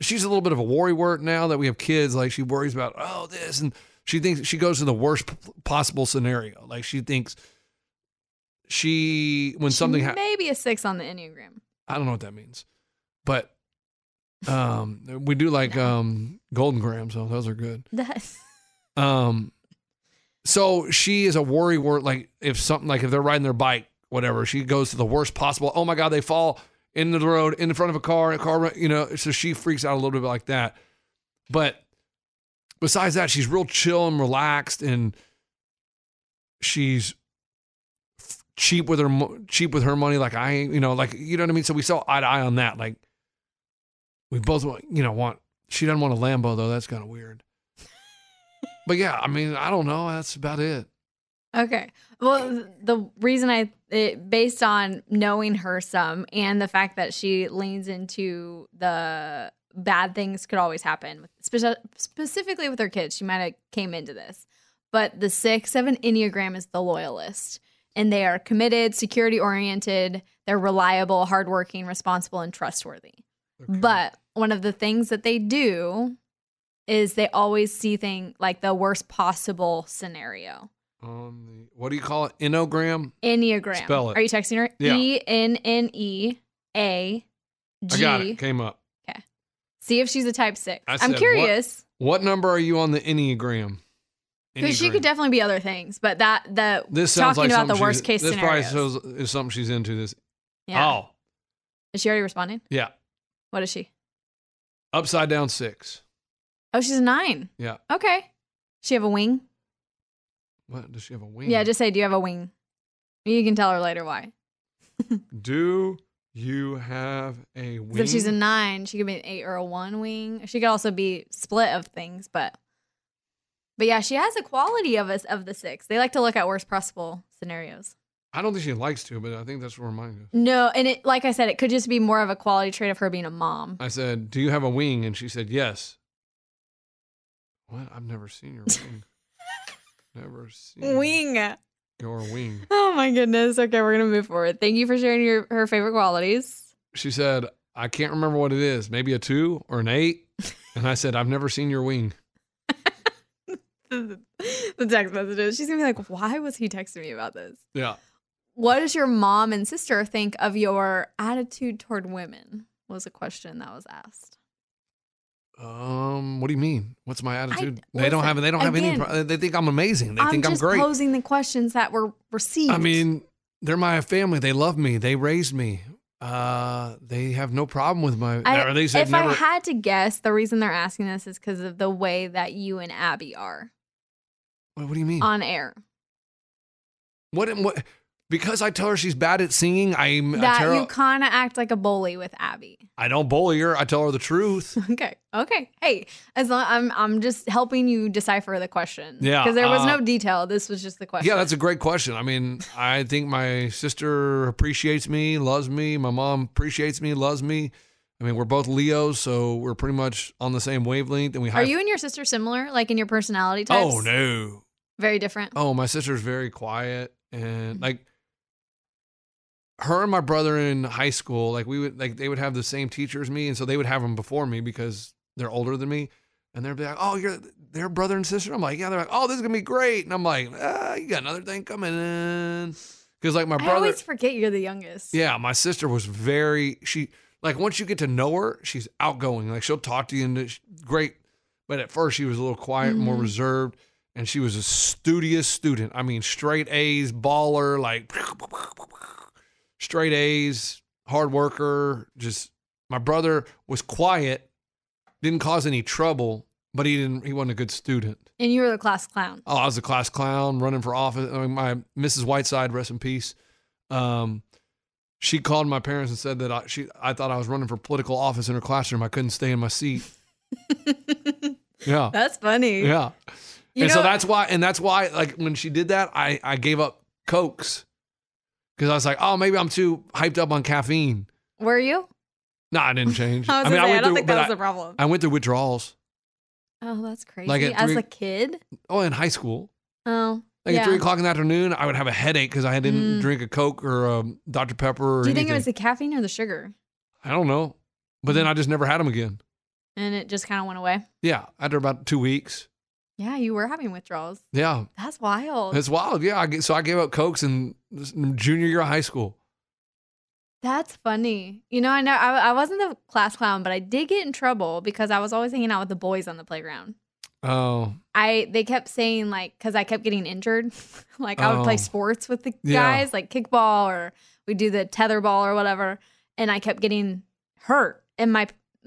she's a little bit of a worrywart now that we have kids, like she worries about oh this and she thinks she goes to the worst p- possible scenario. Like she thinks she when something happens maybe a six on the enneagram. I don't know what that means. But um we do like um golden grams, so those are good. That's Um, so she is a worry word. Like if something, like if they're riding their bike, whatever, she goes to the worst possible. Oh my God, they fall into the road in front of a car, a car, you know, so she freaks out a little bit like that. But besides that, she's real chill and relaxed and she's f- cheap with her, mo- cheap with her money. Like I, ain't- you know, like, you know what I mean? So we saw eye to eye on that. Like we both want, you know, want, she doesn't want a Lambo though. That's kind of weird. But yeah, I mean, I don't know. That's about it. okay. Well, th- the reason I it, based on knowing her some and the fact that she leans into the bad things could always happen, spe- specifically with her kids. She might have came into this, but the six of an enneagram is the loyalist, and they are committed, security oriented, they're reliable, hardworking, responsible, and trustworthy. But one of the things that they do is they always see thing like the worst possible scenario. On the, what do you call it? Enneagram? Enneagram. Spell it. Are you texting her? Yeah. E N N E A I got it. G. Came up. See if she's a type six. I I'm said, curious What number are you on the Enneagram? because she could Enneagram. definitely be other things, but that the This sounds talking like about something the worst she's- case This scenario. probably shows, is something she's into. This. yeah. Oh, Is she already responding? yeah. What is she? Upside down six. Oh, she's a nine. Yeah. Okay. She have a wing? What does she have a wing? Yeah, just say, do you have a wing? You can tell her later why. Do you have a 'Cause wing? If she's a nine, she could be an eight or a one wing. She could also be split of things, but but yeah, she has a quality of us of the six. They like to look at worst possible scenarios. I don't think she likes to, but I think that's where mine goes. No, and it like I said, it could just be more of a quality trait of her being a mom. I said, "Do you have a wing?" And she said, "Yes." What? I've never seen [LAUGHS] your wing. never seen your wing. Oh my goodness. Okay, we're gonna move forward. Thank you for sharing your her favorite qualities. She said, "I can't remember what it is. Maybe a two or an eight. And I said, "I've never seen your wing." [LAUGHS] the text messages. She's gonna be like, why was he texting me about this? Yeah. What does your mom and sister think of your attitude toward women? Was a question that was asked. Um. What do you mean? What's my attitude? they listen, don't have. They don't have any. again, pro- They think I'm amazing. They think I'm just great. posing the questions that were received. I mean, they're my family. They love me. They raised me. Uh, they have no problem with my. I- or they said if never. I had to guess, the reason they're asking this is because of the way that you and Abby are what, what do you mean? on air. what? What? Because I tell her she's bad at singing. I'm. I, that tell her- you kind of act like a bully with Abby. [LAUGHS] I don't bully her. I tell her the truth. Okay. Okay. Hey, as long, I'm I'm just helping you decipher the question. Yeah, Because there was uh, no detail. This was just the question. yeah, that's a great question. I mean, I think my sister appreciates me, loves me. My mom appreciates me, loves me. I mean, we're both Leos, so we're pretty much on the same wavelength. And we Are you and your sister similar, like in your personality types? Oh no. Very different. oh my sister's very quiet and Mm-hmm. like her and my brother in high school like we would like they would have the same teacher as me and so they would have them before me because they're older than me and they'd be like oh you're their brother and sister i'm like yeah they're like oh this is gonna be great and i'm like ah, you got another thing coming in because like my I brother always forget you're the youngest. yeah, my sister was very she like once you get to know her, she's outgoing. Like she'll talk to you and it's great, but at first she was a little quiet, more reserved, and she was a studious student. I mean, straight A's, baller, like straight A's, hard worker. Just my brother was quiet, didn't cause any trouble, but he didn't. He wasn't a good student. And you were the class clown. [LAUGHS] Oh, I was a class clown running for office. I mean, my Mrs. Whiteside, rest in peace. Um, she called my parents and said that I, she, I thought I was running for political office in her classroom. I couldn't stay in my seat. yeah. That's funny. Yeah. [LAUGHS] You and so know- that's why, and that's why, like, when she did that, I, I gave up Cokes because I was like, oh, maybe I'm too hyped up on caffeine. Were you? No, I didn't [LAUGHS] change. I was gonna say, I, went don't through- think but that was I- the problem. I went through withdrawals. oh, that's crazy. Like at As three- a kid? Oh, in high school. Oh. Like yeah. at three o'clock in the afternoon, I would have a headache because I Mm. didn't drink a Coke or a Dr. Pepper or Do you anything. think it was the caffeine or the sugar? I don't know. But Mm. then I just never had them again. And it just kind of went away. Yeah. After about two weeks. Yeah, you were having withdrawals. Yeah. That's wild. It's wild. Yeah. I get, so I gave up Cokes in this- junior year of high school. That's funny. You know, I know I, I wasn't the class clown, but I did get in trouble because I was always hanging out with the boys on the playground. Oh, I they kept saying like because I kept getting injured, [LAUGHS] like I would play Oh. sports with the Yeah. guys, like kickball or we do the tetherball or whatever, and I kept getting hurt. And my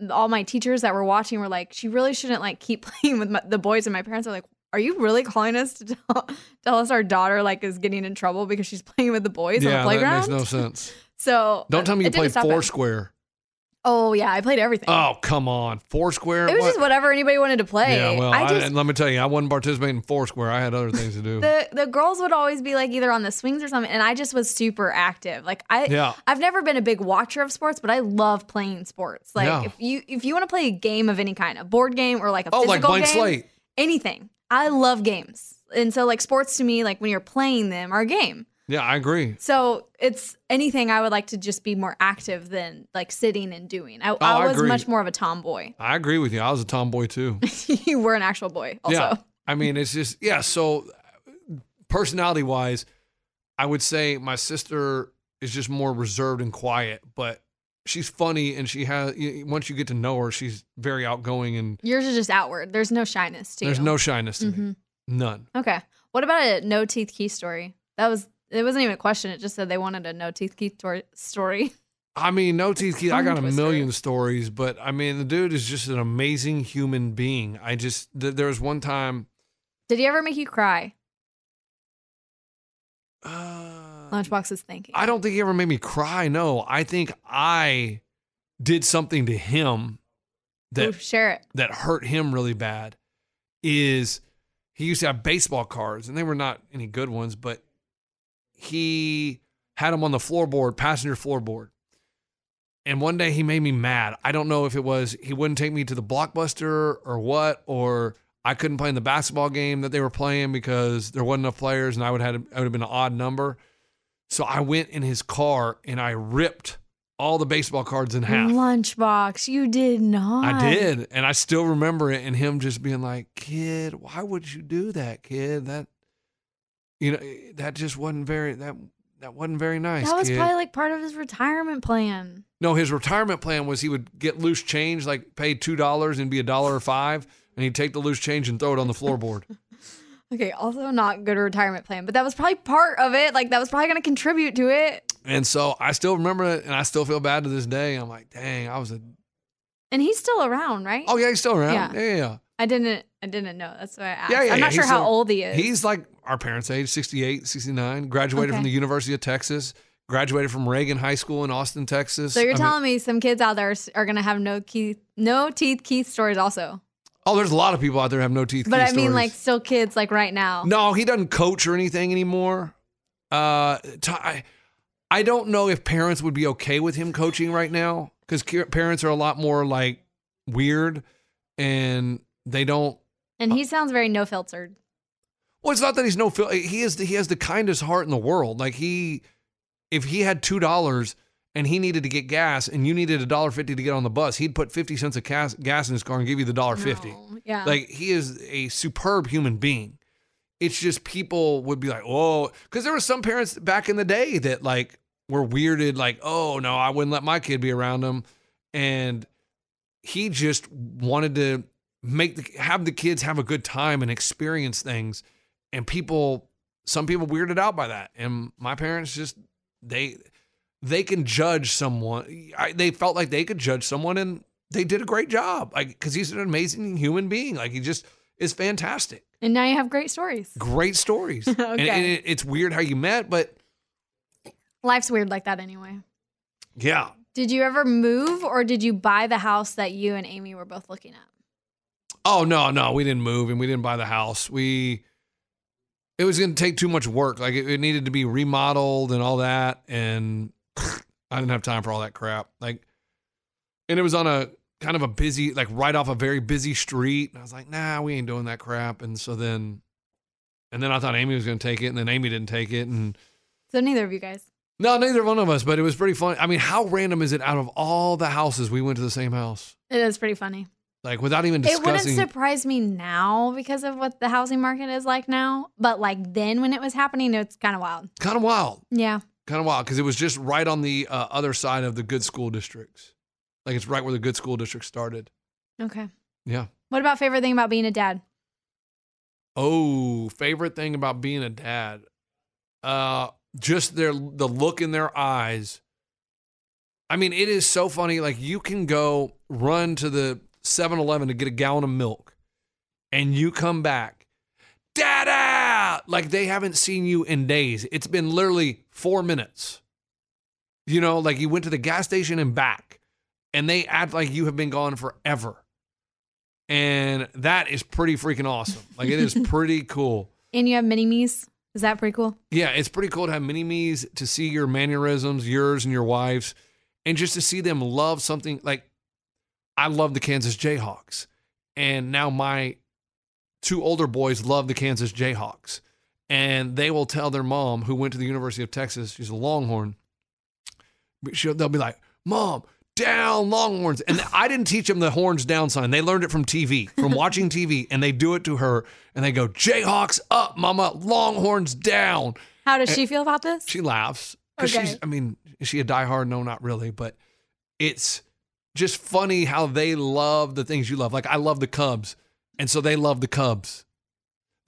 all my teachers that were watching were like, she really shouldn't like keep [LAUGHS] playing with my, the boys. And my parents are like, are you really calling us to tell, tell us our daughter like is getting in trouble because she's playing with the boys on yeah. the That playground? makes no sense. So Don't tell me it you didn't played stop it. Foursquare. Oh yeah, I played everything. Oh, come on. Foursquare? it was What? just whatever anybody wanted to play. Yeah. Well, I I just and let me tell you, I wasn't participating in Foursquare. I had other things to do. the the girls would always be like either on the swings or something, and I just was super active. Like I Yeah. I've never been a big watcher of sports, but I love playing sports. Like Yeah. if you if you want to play a game of any kind, a board game or like a Oh, like physical Blank game, Slate. anything. I love games, and so like sports to me, like when you're playing them, are a game. Yeah, I agree. So it's anything I would like to just be more active than like sitting and doing. I, Oh, I I was agree. much more of a tomboy. [LAUGHS] I agree with you. I was a tomboy too. you were an actual boy also. Yeah. I mean, it's just, yeah. So, personality wise, I would say my sister is just more reserved and quiet, but she's funny and she has, y- y- once you get to know her, she's very outgoing and Yours is just outward. There's no shyness to there's you. no shyness to me. Mhm. None. Okay. What about a no teeth key story? That was it wasn't even a question. It just said they wanted a no teeth key tor- story. [LAUGHS] I mean, no teeth. Keith, I got a tongue twister. million stories, but I mean, the dude is just an amazing human being. I just, th- there was one time. Did he ever make you cry? Uh, Lunchbox is thinking. I don't think he ever made me cry. No, I think I did something to him that Ooh, share it. that hurt him really bad. Is he used to have baseball cards and they were not any good ones, but he had them on the floorboard, passenger floorboard. And one day he made me mad. I don't know if it was he wouldn't take me to the blockbuster or what, or I couldn't play in the basketball game that they were playing because there wasn't enough players and I would have I would have been an odd number. So I went in his car and I ripped all the baseball cards in half. Lunchbox, you did not. I did, and I still remember it, and him just being like, "Kid, why would you do that, kid? That, you know, eh, that just wasn't very that that wasn't very nice." that was kid." probably like part of his retirement plan. no. His retirement plan was he would get loose change, like pay two dollars and be a dollar or five, and he'd take the loose change and throw it on [LAUGHS] the floorboard. Okay, also not good retirement plan, but that was probably part of it. Like that was probably going to contribute to it. and so I still remember it, and I still feel bad to this day. I'm like, "Dang, I was a And he's still around, right? oh yeah, he's still around, Yeah. yeah, yeah, yeah, I didn't I didn't know. That's why I asked. yeah, yeah I'm not he's sure how still- old he is. He's like our parents' age, 68, 69, graduated Okay. from the University of Texas, graduated from Reagan High School in Austin, Texas. so you're I mean- telling me some kids out there s- are going to have no key no teeth Keith stories also. Oh, there's a lot of people out there who have no teeth. But key I mean stories. like still kids like right now. No, he doesn't coach or anything anymore. Uh, t- I, I don't know if parents would be okay with him coaching right now because parents are a lot more like weird and they don't. And uh, he sounds very no filtered. Well, it's not that he's no. fil- He is. The, he has the kindest heart in the world. Like he, if he had two dollars and he needed to get gas and you needed a dollar fifty to get on the bus, he'd put fifty cents of gas, gas in his car and give you the dollar fifty. No, Yeah. Like he is a superb human being. It's just people would be like, "Oh," because there were some parents back in the day that like were weirded, like, "Oh no, I wouldn't let my kid be around him," and he just wanted to make the have the kids have a good time and experience things, and people, some people weirded out by that, and my parents just they they can judge someone. I, they felt like they could judge someone, and they did a great job. Like because he's an amazing human being. Like he just is fantastic. and now you have great stories. Great stories. And, Okay. and it, it's weird how you met, but Life's weird like that anyway. yeah. Did you ever move or did you buy the house that you and Amy were both looking at? Oh no, no, we didn't move and we didn't buy the house. We it was going to take too much work. Like it, it needed to be remodeled and all that, and I didn't have time for all that crap. Like, and it was on a kind of a busy, like right off a very busy street. And I was like, nah, we ain't doing that crap. And so then, and then I thought Amy was going to take it, and then Amy didn't take it, and So neither of you guys. no, neither one of us. But it was pretty fun. I mean, how random is it? Out of all the houses, we went to the same house, It is pretty funny. like without even It wouldn't discussing. surprise me now because of what the housing market is like now, but like then when it was happening, it's kind of wild. kind of wild. Yeah. kind of wild because it was just right on the uh, other side of the good school districts. Like it's right where the good school district started. Okay. Yeah. What about favorite thing about being a dad? Oh, favorite thing about being a dad, uh, just their the look in their eyes. I mean, it is so funny. Like you can go run to the 7-Eleven to get a gallon of milk, and you come back, Dada! Like they haven't seen you in days. It's been literally four minutes. You know, like you went to the gas station and back, and they act like you have been gone forever. And that is pretty freaking awesome. Like it is pretty cool. And you have mini me's. Is that pretty cool? Yeah, it's pretty cool to have mini me's to see your mannerisms, yours and your wife's, and just to see them love something like I love the Kansas Jayhawks. And now my two older boys love the Kansas Jayhawks. and they will tell their mom, who went to the University of Texas, she's a Longhorn. but She'll, they'll be like, "Mom, down Longhorns!" And I didn't teach them the horns down sign. They learned it from TV, from watching TV, and they do it to her. And they go, "Jayhawks up, Mama! Longhorns down!" How does she feel about this? Eh, She laughs because Okay. she's. I mean, is she a diehard? No, not really. But it's just funny how they love the things you love. Like I love the Cubs, and so they love the Cubs.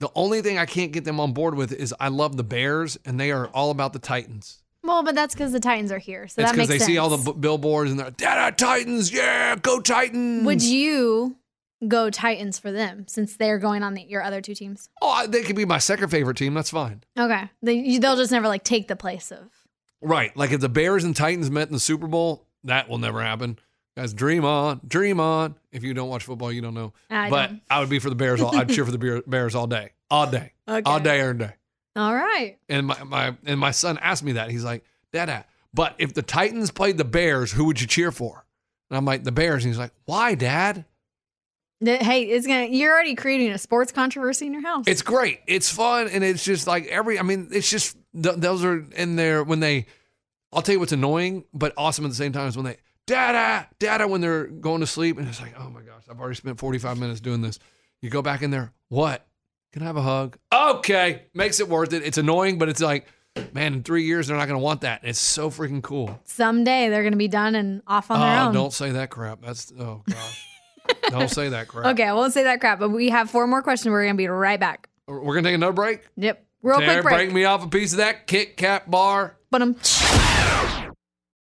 The only thing I can't get them on board with is I love the Bears, and they are all about the Titans. Well, but that's because the Titans are here, so That's that makes they sense. see all the b- billboards and they're Dada Titans, yeah, go Titans. Would you go Titans for them since they're going on the, your other two teams? Oh, I- they could be my second favorite team. That's fine. Okay, they, you, they'll just never like take the place of. Right. Like if the Bears and Titans met in the Super Bowl, that will never happen. Guys, dream on, dream on. If you don't watch football, you don't know. I but don't. I would be for the Bears. All, I'd cheer for the Bear- Bears all day, all day, Okay. all day, every day. All right. And my, my and my son asked me that. He's like, Dada, but if the Titans played the Bears, who would you cheer for? And I'm like, the Bears. And he's like, why, Dad? Th- Hey, it's gonna. You're already creating a sports controversy in your house. It's great. It's fun, and it's just like every. I mean, it's just th- those are in there when they. I'll tell you what's annoying, but awesome at the same time is when they dada dada when they're going to sleep, and it's like, oh my gosh, I've already spent forty five minutes doing this. You go back in there. What? Can I have a hug? Okay, makes it worth it. It's annoying, but it's like, man, in three years they're not going to want that. It's so freaking cool. someday they're gonna be done and off on their oh, own. don't say that crap. That's oh [LAUGHS] gosh. don't say that crap. Okay, I won't say that crap. But we have four more questions. We're gonna be right back. We're gonna take another break. Yep. Real Tara, quick break. break me off a piece of that Kit Kat bar. But I'm.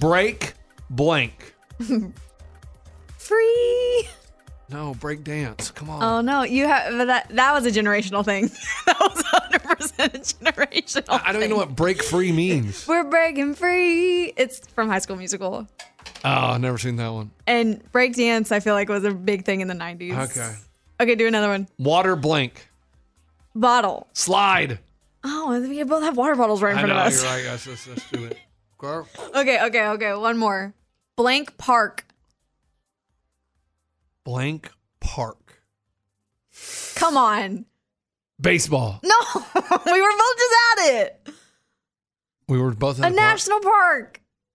break blank. Free. No, break dance. Come on. Oh no, you have but that. That was a generational thing. [LAUGHS] that was 100 percent a generational. I I don't even know thing. what break [LAUGHS] free means. We're breaking free. It's from High School Musical. Oh, I've never seen that one. And breakdance, I feel like, was a big thing in the 90s. Okay. Okay, do another one. Water blank. Bottle. Slide. Oh, we both have water bottles right in I front know, of you're us. right, guys. Let's, let's do it. Girl. [LAUGHS] Okay, okay, okay. One more. Blank park. Blank park. Come on. Baseball. No, [LAUGHS] we were both just at it. We were both at A the national park.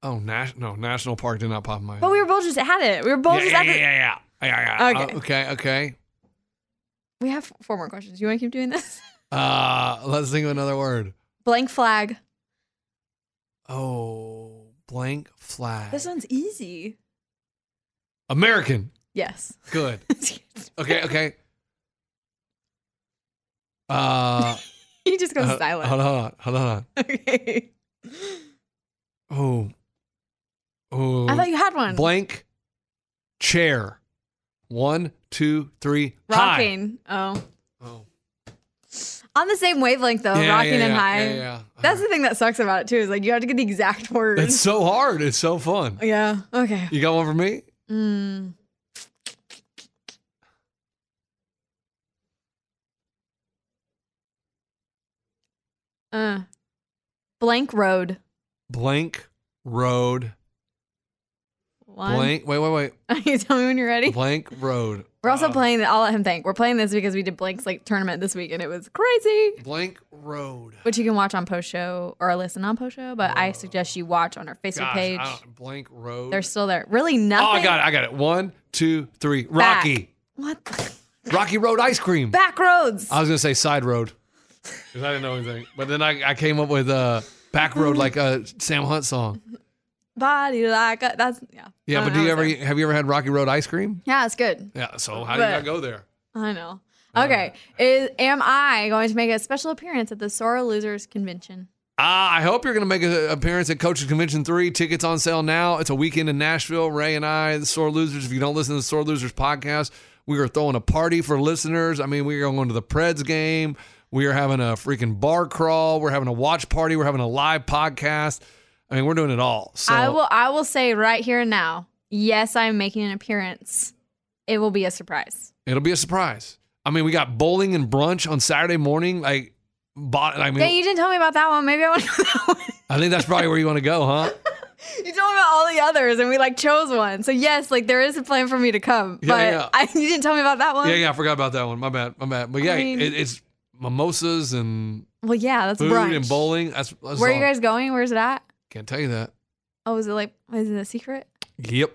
Park. Oh, nas- no, National Park did not pop in my head. But we were both just at it. We were both yeah, just yeah, at yeah, it. yeah, yeah, yeah, yeah. Okay. Uh, okay, okay. We have four more questions. You want to keep doing this? [LAUGHS] Uh, let's think of another word. Blank flag. Oh, blank flag. This one's easy. American. Yes. Good. Okay, okay. [LAUGHS] Uh, [LAUGHS] he just goes uh, silent. Hold on, hold on. [LAUGHS] Okay. Oh. Oh. I thought you had one. Blank chair. One, two, three. Rocking. Oh. High. Oh. On the same wavelength though, Yeah, Oh, rocking yeah, and yeah, high. yeah, yeah. That's the thing that sucks about it too, is like you have to get the exact word. It's so hard. It's so fun. Oh, [LAUGHS] yeah. Okay. You got one for me? Mm. Uh, blank road. Blank road. One. Blank. Wait, wait, [LAUGHS] wait. you tell me when you're ready. Blank road. We're also Uh, playing. I'll let him think. We're playing this because we did Blank's like tournament this week and it was crazy, Blank road. which you can watch on post show or listen on post show. But I suggest you watch on our Facebook Gosh, page. I don't- blank road. They're still there. Really oh, nothing. I got it. I got it. One, two, three. Back. Rocky. What? the- Rocky Road ice cream. Back roads. I was gonna say side road because I didn't know anything, but then I, I came up with uh, back road like a Sam Hunt song. Body like a, that's yeah. I Yeah, don't but do you know. ever have you ever had Rocky Road ice cream? Yeah, it's good. Yeah. So how do you But- not go there? I know. Okay, is am I going to make a special appearance at the Sora Losers Convention? Ah, I hope you're going to make an appearance at Coaches Convention 3. Tickets on sale now. It's a weekend in Nashville. Ray and I, the Sore Losers, if you don't listen to the Sore Losers podcast, we are throwing a party for listeners. I mean, we are going to the Preds game. We are having a freaking bar crawl. We're having a watch party. We're having a live podcast. I mean, we're doing it all. So I will. I will say right here and now. Yes, I am making an appearance. It will be a surprise. it'll be a surprise. I mean, we got bowling and brunch on Saturday morning. Like, bought, I mean, Dang, you didn't tell me about that one. Maybe I want to [LAUGHS] know that one. I think that's probably where you want to go, [LAUGHS] huh? You told me about all the others, and we like chose one. So yes, like there is a plan for me to come, Yeah, but yeah. I, [LAUGHS] you didn't tell me about that one. Yeah, yeah, I forgot about that one. My bad, my bad. But yeah, mean- it, it's mimosas and Well, yeah, that's food brunch. and bowling. That's, that's Where are you all. guys going? Where's it at? Can't tell you that. Oh, is it like is it a secret Yep.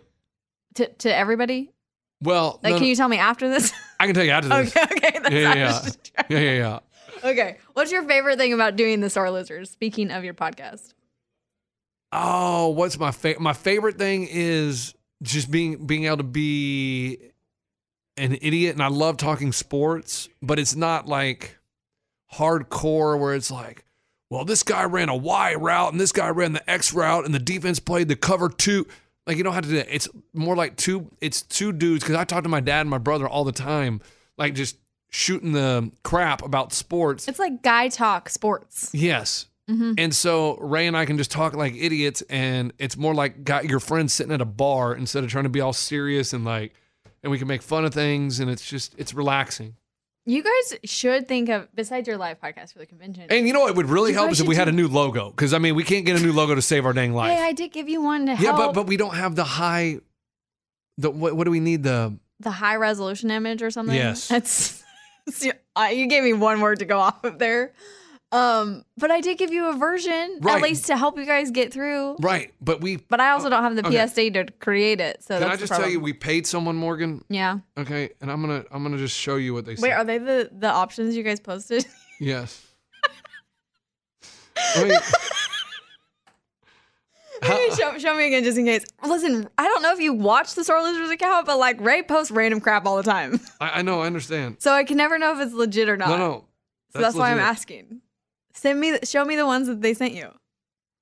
to to everybody? Well, Like, no, can no, you tell me after [LAUGHS] this? [LAUGHS] I can tell you after this. okay, okay, that's Yeah, I yeah, was just yeah, trying- yeah, yeah. Okay, what's your favorite thing about doing the Star Losers? Speaking of your podcast, Oh, what's my favorite? My favorite thing is just being being able to be an idiot, and I love talking sports, but it's not like hardcore where it's like, well, this guy ran a Y route and this guy ran the X route, and the defense played the cover two. Like you don't have to do that. It's more like two. It's two dudes because I talk to my dad and my brother all the time, like just shooting the crap about sports. it's like guy talk sports. Yes. Mm-hmm. And so Ray and I can just talk like idiots, and it's more like got your friends sitting at a bar instead of trying to be all serious and like, and we can make fun of things, and it's just it's relaxing. You guys should think of besides your live podcast for the convention. And you know what would really You help guys is if should we had do- a new logo, because I mean we can't get a new logo to save our dang life. hey, I did give you one to yeah, help. but but we don't have the high. The what, what do we need the the high resolution image or something. [LAUGHS] Yes. That's, that's- uh, you gave me one word to go [LAUGHS] off of there. Um, but I did give you a version Right. at least to help you guys get through. right? But we But I also don't have the Okay. PSD to create it. So can that's I the just tell you problem. we paid someone Morgan yeah. okay, and I'm gonna I'm gonna just show you what they Wait, said. are they the the options you guys posted? [LAUGHS] Yes. I mean- Maybe show, show me again just in case. Listen, I don't know if you watch the Star Losers account, but like Ray posts random crap all the time, [LAUGHS] I, I know, I understand. so I can never know if it's legit or not. No, no. so that's why I'm legit. asking. Send me, the- show me the ones that they sent you.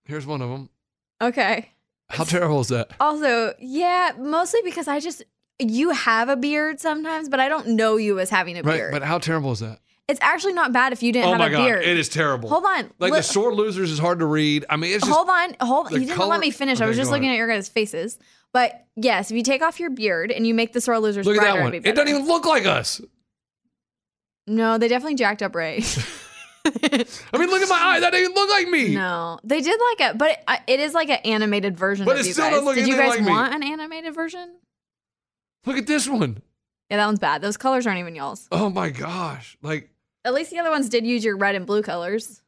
Here's one of them. Okay. How terrible is that? Also, yeah, mostly because I just you have a beard sometimes, but I don't know you as having a Right, beard. but how terrible is that? it's actually not bad if you didn't oh have my a god, beard. it is terrible. Hold on. Like Li- the sore losers is hard to read. I mean, it's just hold on. Hold the You didn't color- let me finish. I Okay, was just go looking ahead. at your guys' faces. But yes, if you take off your beard and you make the sore losers look at brighter, that one. it'd be It doesn't e-, better. even look like us. No, they definitely jacked up [LAUGHS] Ray. [LAUGHS] I mean, look at my eye. That doesn't even look like me. no, they did like a, but it, uh, it is like an animated version. But of it you still guys. don't look Did you anything guys like me. want an animated version? Look at this one. Yeah, that one's bad. Those colors aren't even y'all's. Oh my gosh. Like At least the other ones did use your red and blue colors.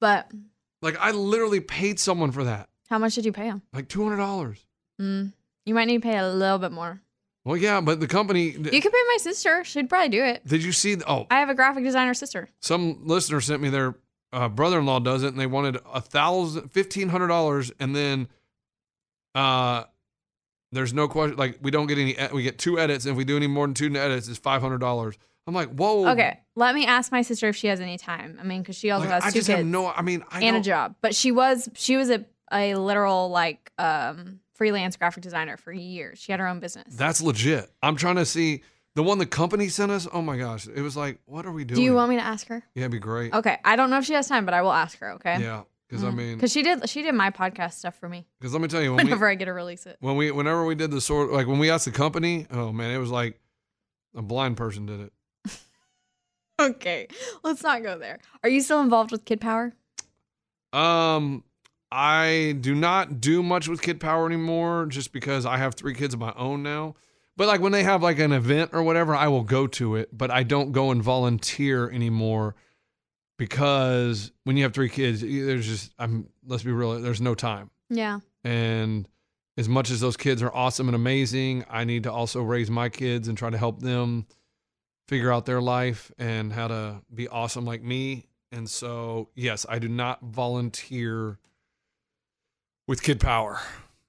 But like I literally paid someone for that. how much did you pay them? Like $200. Mm, you might need to pay a little bit more. Well, yeah, but the company You could pay my sister. She'd probably do it. Did you see oh, I have a graphic designer sister. some listener sent me their uh, brother-in-law does it and they wanted a thousand fifteen hundred dollars and then uh there's no question like we don't get any ed- we get two edits and if we do any more than two edits it's five hundred dollars i'm like whoa Okay, let me ask my sister if she has any time. I mean, because she also Like, has i two just kids have no i mean i and a don't- job. But she was she was a a literal like um freelance graphic designer for years. She had her own business. that's legit i'm trying to see the one the company sent us oh my gosh it was like what are we doing do you want me to ask her? yeah it'd be great Okay, I don't know if she has time, but I will ask her. Okay. Mm. yeah because i mean Because she did she did my podcast stuff for me. because let me tell you when we, Whenever I get to release it. [LAUGHS] when we whenever we did the sort like when we asked the company oh man it was like a blind person did it Okay, let's not go there. Are you still involved with Kid Power? Um, I do not do much with Kid Power anymore, just because I have three kids of my own now. But like when they have like an event or whatever, I will go to it, but I don't go and volunteer anymore because when you have three kids, there's just I'm. Let's be real, there's no time. Yeah. And as much as those kids are awesome and amazing, I need to also raise my kids and try to help them figure out their life and how to be awesome like me. And so, yes, I do not volunteer with Kid Power.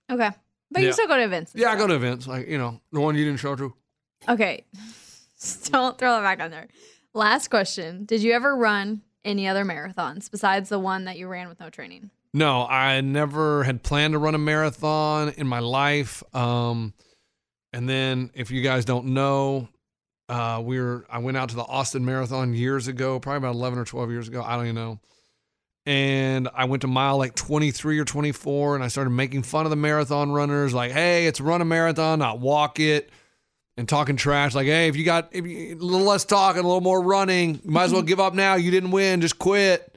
Okay. But Yeah. you still go to events. and Yeah, I stuff. go to events like, you know, the one you didn't show to. Okay. [LAUGHS] Just Don't throw it back on there. Last question. Did you ever run any other marathons besides the one that you ran with no training? No, I never had planned to run a marathon in my life. Um, and then, if you guys don't know, uh, we were I went out to the Austin Marathon years ago, probably about eleven or twelve years ago. I don't even know. And I went to mile like twenty three or twenty four, and I started making fun of the marathon runners, like, "Hey, it's run a marathon, not walk it," and talking trash, like, "Hey, if you got if you, a little less talking, a little more running, you might as well give up now. You didn't win, just quit."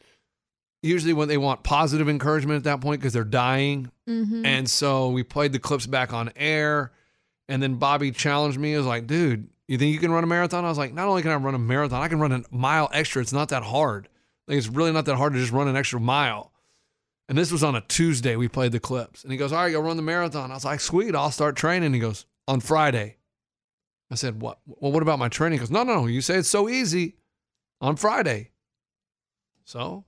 usually when they want positive encouragement at that point because they're dying. And so we played the clips back on air. And then Bobby challenged me. He was like, dude, you think you can run a marathon? I was like, not only can I run a marathon, I can run a mile extra. It's not that hard. Like, it's really not that hard to just run an extra mile. And this was on a Tuesday. We played the clips. And he goes, all right, go run the marathon. I was like, sweet, I'll start training. He goes, on Friday. I said, what? Well, what about my training? He goes, no, no, no. You say it's so easy on Friday. So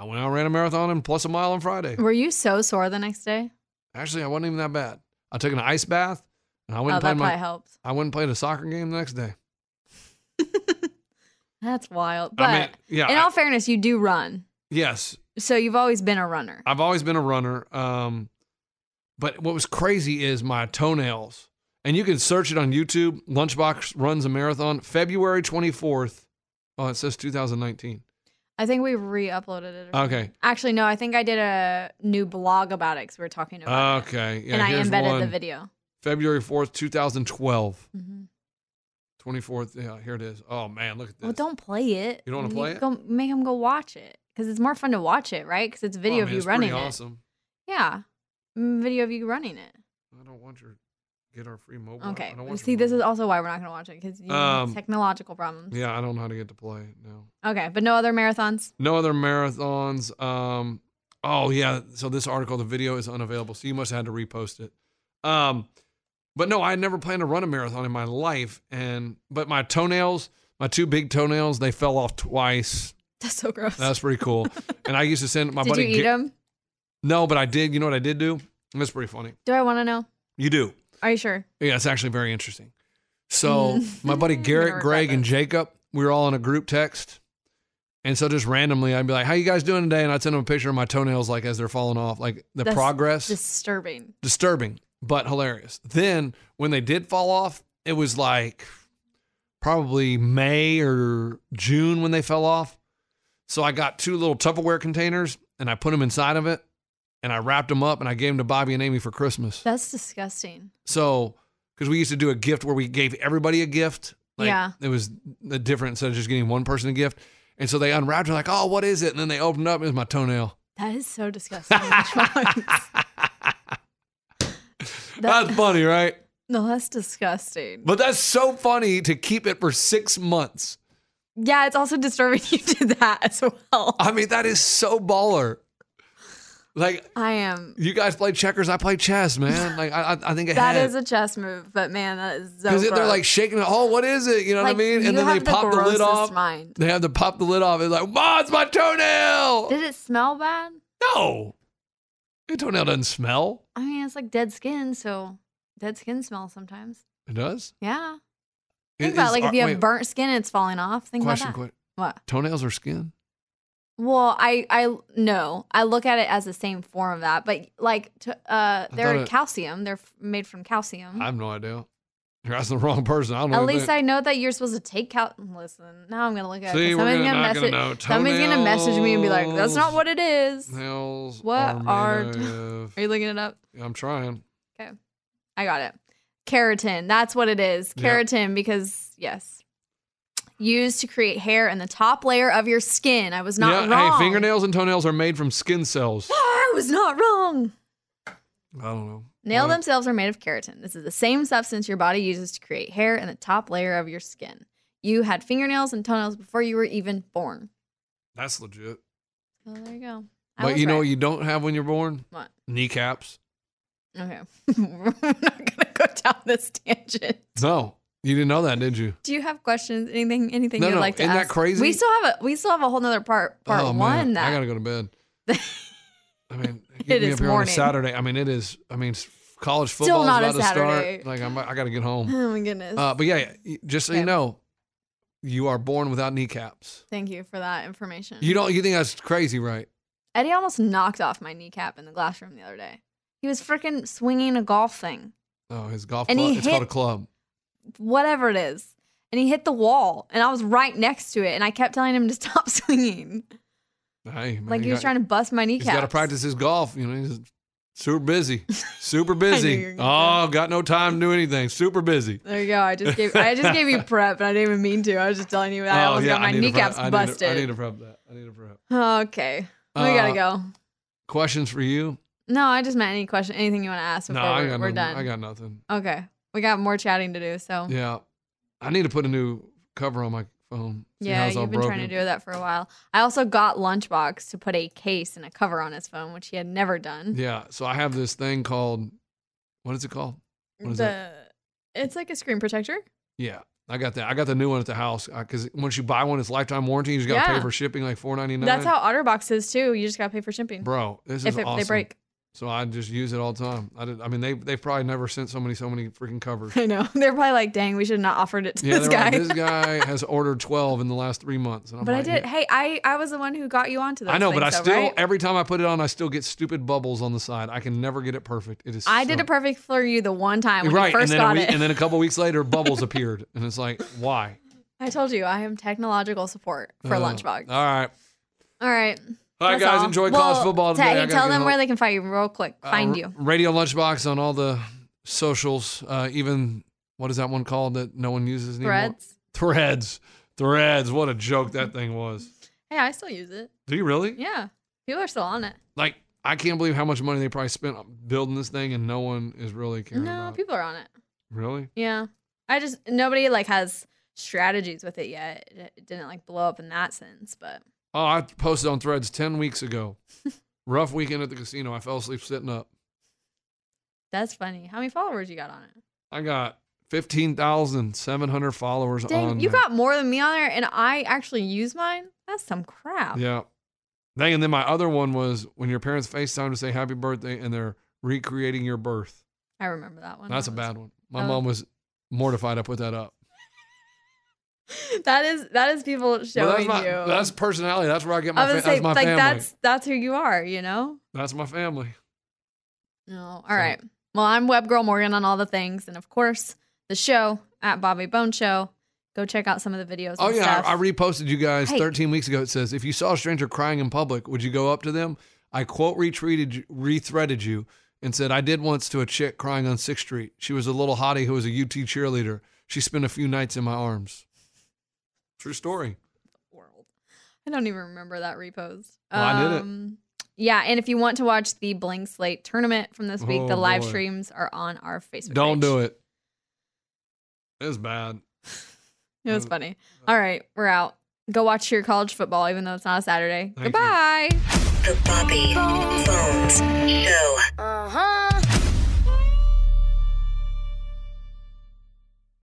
I went out and ran a marathon and plus a mile on Friday. Were you so sore the next day? Actually, I wasn't even that bad. I took an ice bath and I went oh, and that played probably my helped. I went and played a soccer game the next day. That's wild. But mean, yeah, in all I- fairness, you do run. Yes, So you've always been a runner. I've always been a runner. Um, but what was crazy is my toenails. And you can search it on YouTube. Lunchbox runs a marathon February 24th. Oh, it says 2019. I think we re-uploaded it. Or something. Okay. Actually, no. I think I did a new blog about it because we were talking about it, Okay. Yeah, and I here's embedded the one. video. February 4th, 2012. hmm 24th. Yeah, here it is. Oh, man. Look at this. Well, don't play it. You don't wanna play it? Go make them go watch it because it's more fun to watch it, right? Because it's Well, I video mean, of Oh, it's you pretty running awesome. it. Yeah, Mm, video of you running it. I don't want your get our free mobile. I Okay. don't want See, your this is mobile. also why we're not going to watch it because you know, Um, technological problems. Yeah, I don't know how to get to play. No, Okay, but no other marathons. [LAUGHS] no other marathons. Um, oh yeah. So this article, the video is unavailable. So you must have had to repost it. Um, but no, I had never planned to run a marathon in my life. And but my toenails, my two big toenails, they fell off twice. That's so gross. That's pretty [LAUGHS] cool. and I used to send my did buddy. you eat Ga- them? No, but I did. You know what I did do? That's pretty funny. Do I want to know? You do. Are you sure? Yeah, it's actually very interesting. So my buddy Garrett, regret Greg, and this. Jacob, we were all in a group text. And so just randomly I'd be like, How you guys doing today? And I'd send them a picture of my toenails like as they're falling off, like the That's progress. Disturbing. Disturbing, but hilarious. Then when they did fall off, it was like probably May or June when they fell off. So I got two little Tupperware containers and I put them inside of it and I wrapped them up and I gave them to Bobby and Amy for Christmas. That's disgusting. So, because we used to do a gift where we gave everybody a gift. Like, Yeah. It was the different instead of just getting one person a gift. And so they unwrapped it, like, oh, what is it? And then they opened up, and it was my toenail. That is so [LAUGHS] disgusting. That- [LAUGHS] that's funny, right? no, that's disgusting. But that's so funny to keep it for six months. Yeah, it's also disturbing [LAUGHS] you did that as well. I mean, that is so baller. Like, I am. you guys play checkers, I play chess, man. Like, I, I I think I That had- is a chess move, but man, that is so. Because gross. they're like shaking it. Oh, what is it? You know Like, what I mean? you And then they have the pop the lid grossest off. mind. They have to pop the lid off. It's like, Ma, it's my toenail. Did it smell bad? no. Your toenail doesn't smell. I mean, it's like dead skin, so dead skin smells sometimes. It does. Yeah. It Think about is- it, like if uh, you have wait, burnt skin and it's falling off. Think question, about that. quick. What? Toenails are skin? Well, I I no, I look at it as the same form of that, but like to, uh, they're thought it- calcium. They're f- made from calcium. I have no idea. You're asking the wrong person. I don't know. Mm-hmm. At anything. least I know that you're supposed to take cal. Listen, now I'm gonna look at See, it. 'cause we're Somebody's gonna- gonna, not gonna message. know. Somebody's gonna message me and be like, "That's not Toenails. what it is." Nails What are, are- made [LAUGHS] of- Are you looking it up? I'm trying. I got it. Keratin. That's what it is. Yeah. Keratin, because yes, used to create hair in the top layer of your skin. I was not yeah, wrong. Hey, fingernails and toenails are made from [GASPS] skin cells. I was not wrong. I don't know. Nail Well, themselves are made of keratin. This is the same substance your body uses to create hair in the top layer of your skin. You had fingernails and toenails before you were even born. That's legit. Oh, there you go. I But was you know right. what you don't have when you're born? What? Kneecaps. Okay. [LAUGHS] we're not gonna go down this tangent. No. You didn't know that, did you? Do you have questions? Anything? Anything No, you'd no, like to isn't that ask? crazy? We still have a we still have a whole nother part part oh, one man. that I gotta go to bed. [LAUGHS] I mean, It get me is up here on a morning. Saturday. I mean, it is. I mean, s- college Still football not a is about to Saturday. start. Like, I'm, I gotta [LAUGHS] get home. [LAUGHS] Oh my goodness. Uh, but yeah, y- just so you Okay. know, you are born without kneecaps. Thank you for that information. You don't. You think that's crazy, right? Eddie almost knocked off my kneecap in the classroom the other day. He was freaking swinging a golf thing, Oh, his golf And club. he It's called a hit- club. whatever it is. And he hit the wall, and I was right next to it, and I kept telling him to [LAUGHS] stop swinging. Hey, man, like you he was got- trying to bust my He's kneecap. got to practice his golf. You know, he's [LAUGHS] super busy, super you were busy. gonna oh, got no time to do anything. Super busy. There you go. I just gave I just [LAUGHS] gave you prep, and I didn't even mean to. I was just telling you that I oh, almost yeah, got my I need to kneecaps prep- I need to- busted. I need to prep that. I need to prep. okay, we gotta Uh, go. Questions for you? No, I just meant any question, anything you want to ask before no, I we're, got we're nothing. done. Oh. I got nothing. okay, we got more chatting to do. So Yeah, I need to put a new cover on my phone. See how yeah, it's all you've been trying to broken. do that for a while. I also got Lunchbox to put a case and a cover on his phone, which he had never done. Yeah, so I have this thing called what is it called? What is the, that? It's like a screen protector. Yeah, I got that. I got the new one at the house because once you buy one, it's lifetime warranty. You just got to Yeah. pay for shipping like four ninety nine. That's how OtterBox is too. You just gotta pay for shipping Bro, this if is it, awesome. they break. [LAUGHS] So I just use it all the time. I, did, I mean, they they probably never sent so many so many [LAUGHS] freaking covers. I know they're probably like, "Dang, we should have not offered it to Yeah, this they're guy." like, this guy has ordered twelve in the last three months. And [LAUGHS] I'm But I like, did. yeah. Hey, I I was the one who got you onto this. I know, but I still Right? every time I put it on, I still get stupid bubbles on the side. I can never get it perfect. It is. I did so- it perfect for you the one time when right, you first and then got a week, it. and then a couple [LAUGHS] weeks later, bubbles appeared, and it's like, why? I told you I am technological support for Uh, Lunchbox. All right, all right. all right, that's guys, all. enjoy well, college football today. I Teddy, gotta tell get them home. where they can find you real quick. Uh, Find R- you. Radio Lunchbox on all the socials. Uh, even what is that one called that no one uses anymore? Threads. Threads. Threads. What a joke that thing was. Hey, I still use it. Do you really? Yeah, people are still on it. Like, I can't believe how much money they probably spent on building this thing, and no one is really caring no, about it. people are on it. Really? Yeah, I just nobody like has strategies with it yet. It- It didn't like blow up in that sense, but Oh, I posted on Threads ten weeks ago. [LAUGHS] Rough weekend at the casino. I fell asleep sitting up. that's funny. How many followers you got on it? I got fifteen thousand seven hundred followers on. Dang, you there. got more than me on there, and I actually use mine. That's some crap. Yeah. Dang, and then my other one was when your parents FaceTime to say happy birthday and they're recreating your birth. I remember that one. Oh. That's a That was- bad one. My that was- mom was mortified I put that up. [LAUGHS] That is that is people But showing that's my you. that's personality. That's where I I get my was fa- gonna say, that's my like family. That's, that's that's who you are, you know. my family. No, all right. Well, I'm Web Girl Morgan on all the things, and of course the show at Bobby Bone Show. Go check out some of the videos. Oh and yeah, stuff. I, I reposted you guys Hey. 13 weeks ago. It says if you saw a stranger crying in public, would you go up to them? I quote retweeted you- rethreaded you and said I did once to a chick crying on Sixth Street. She was a little hottie who was a UT cheerleader. She spent a few nights in my arms. True story. world. I don't even remember that repost. Well, I did it. Yeah, and if you want to watch the Bling Slate tournament from this week, Oh, the live boy. streams are on our Facebook. Don't page. do it. It was bad. It was Mm. funny. All right, we're out. Go watch your college football, even though it's not a Saturday. you. Goodbye. The Bobby Bones Show. Uh huh.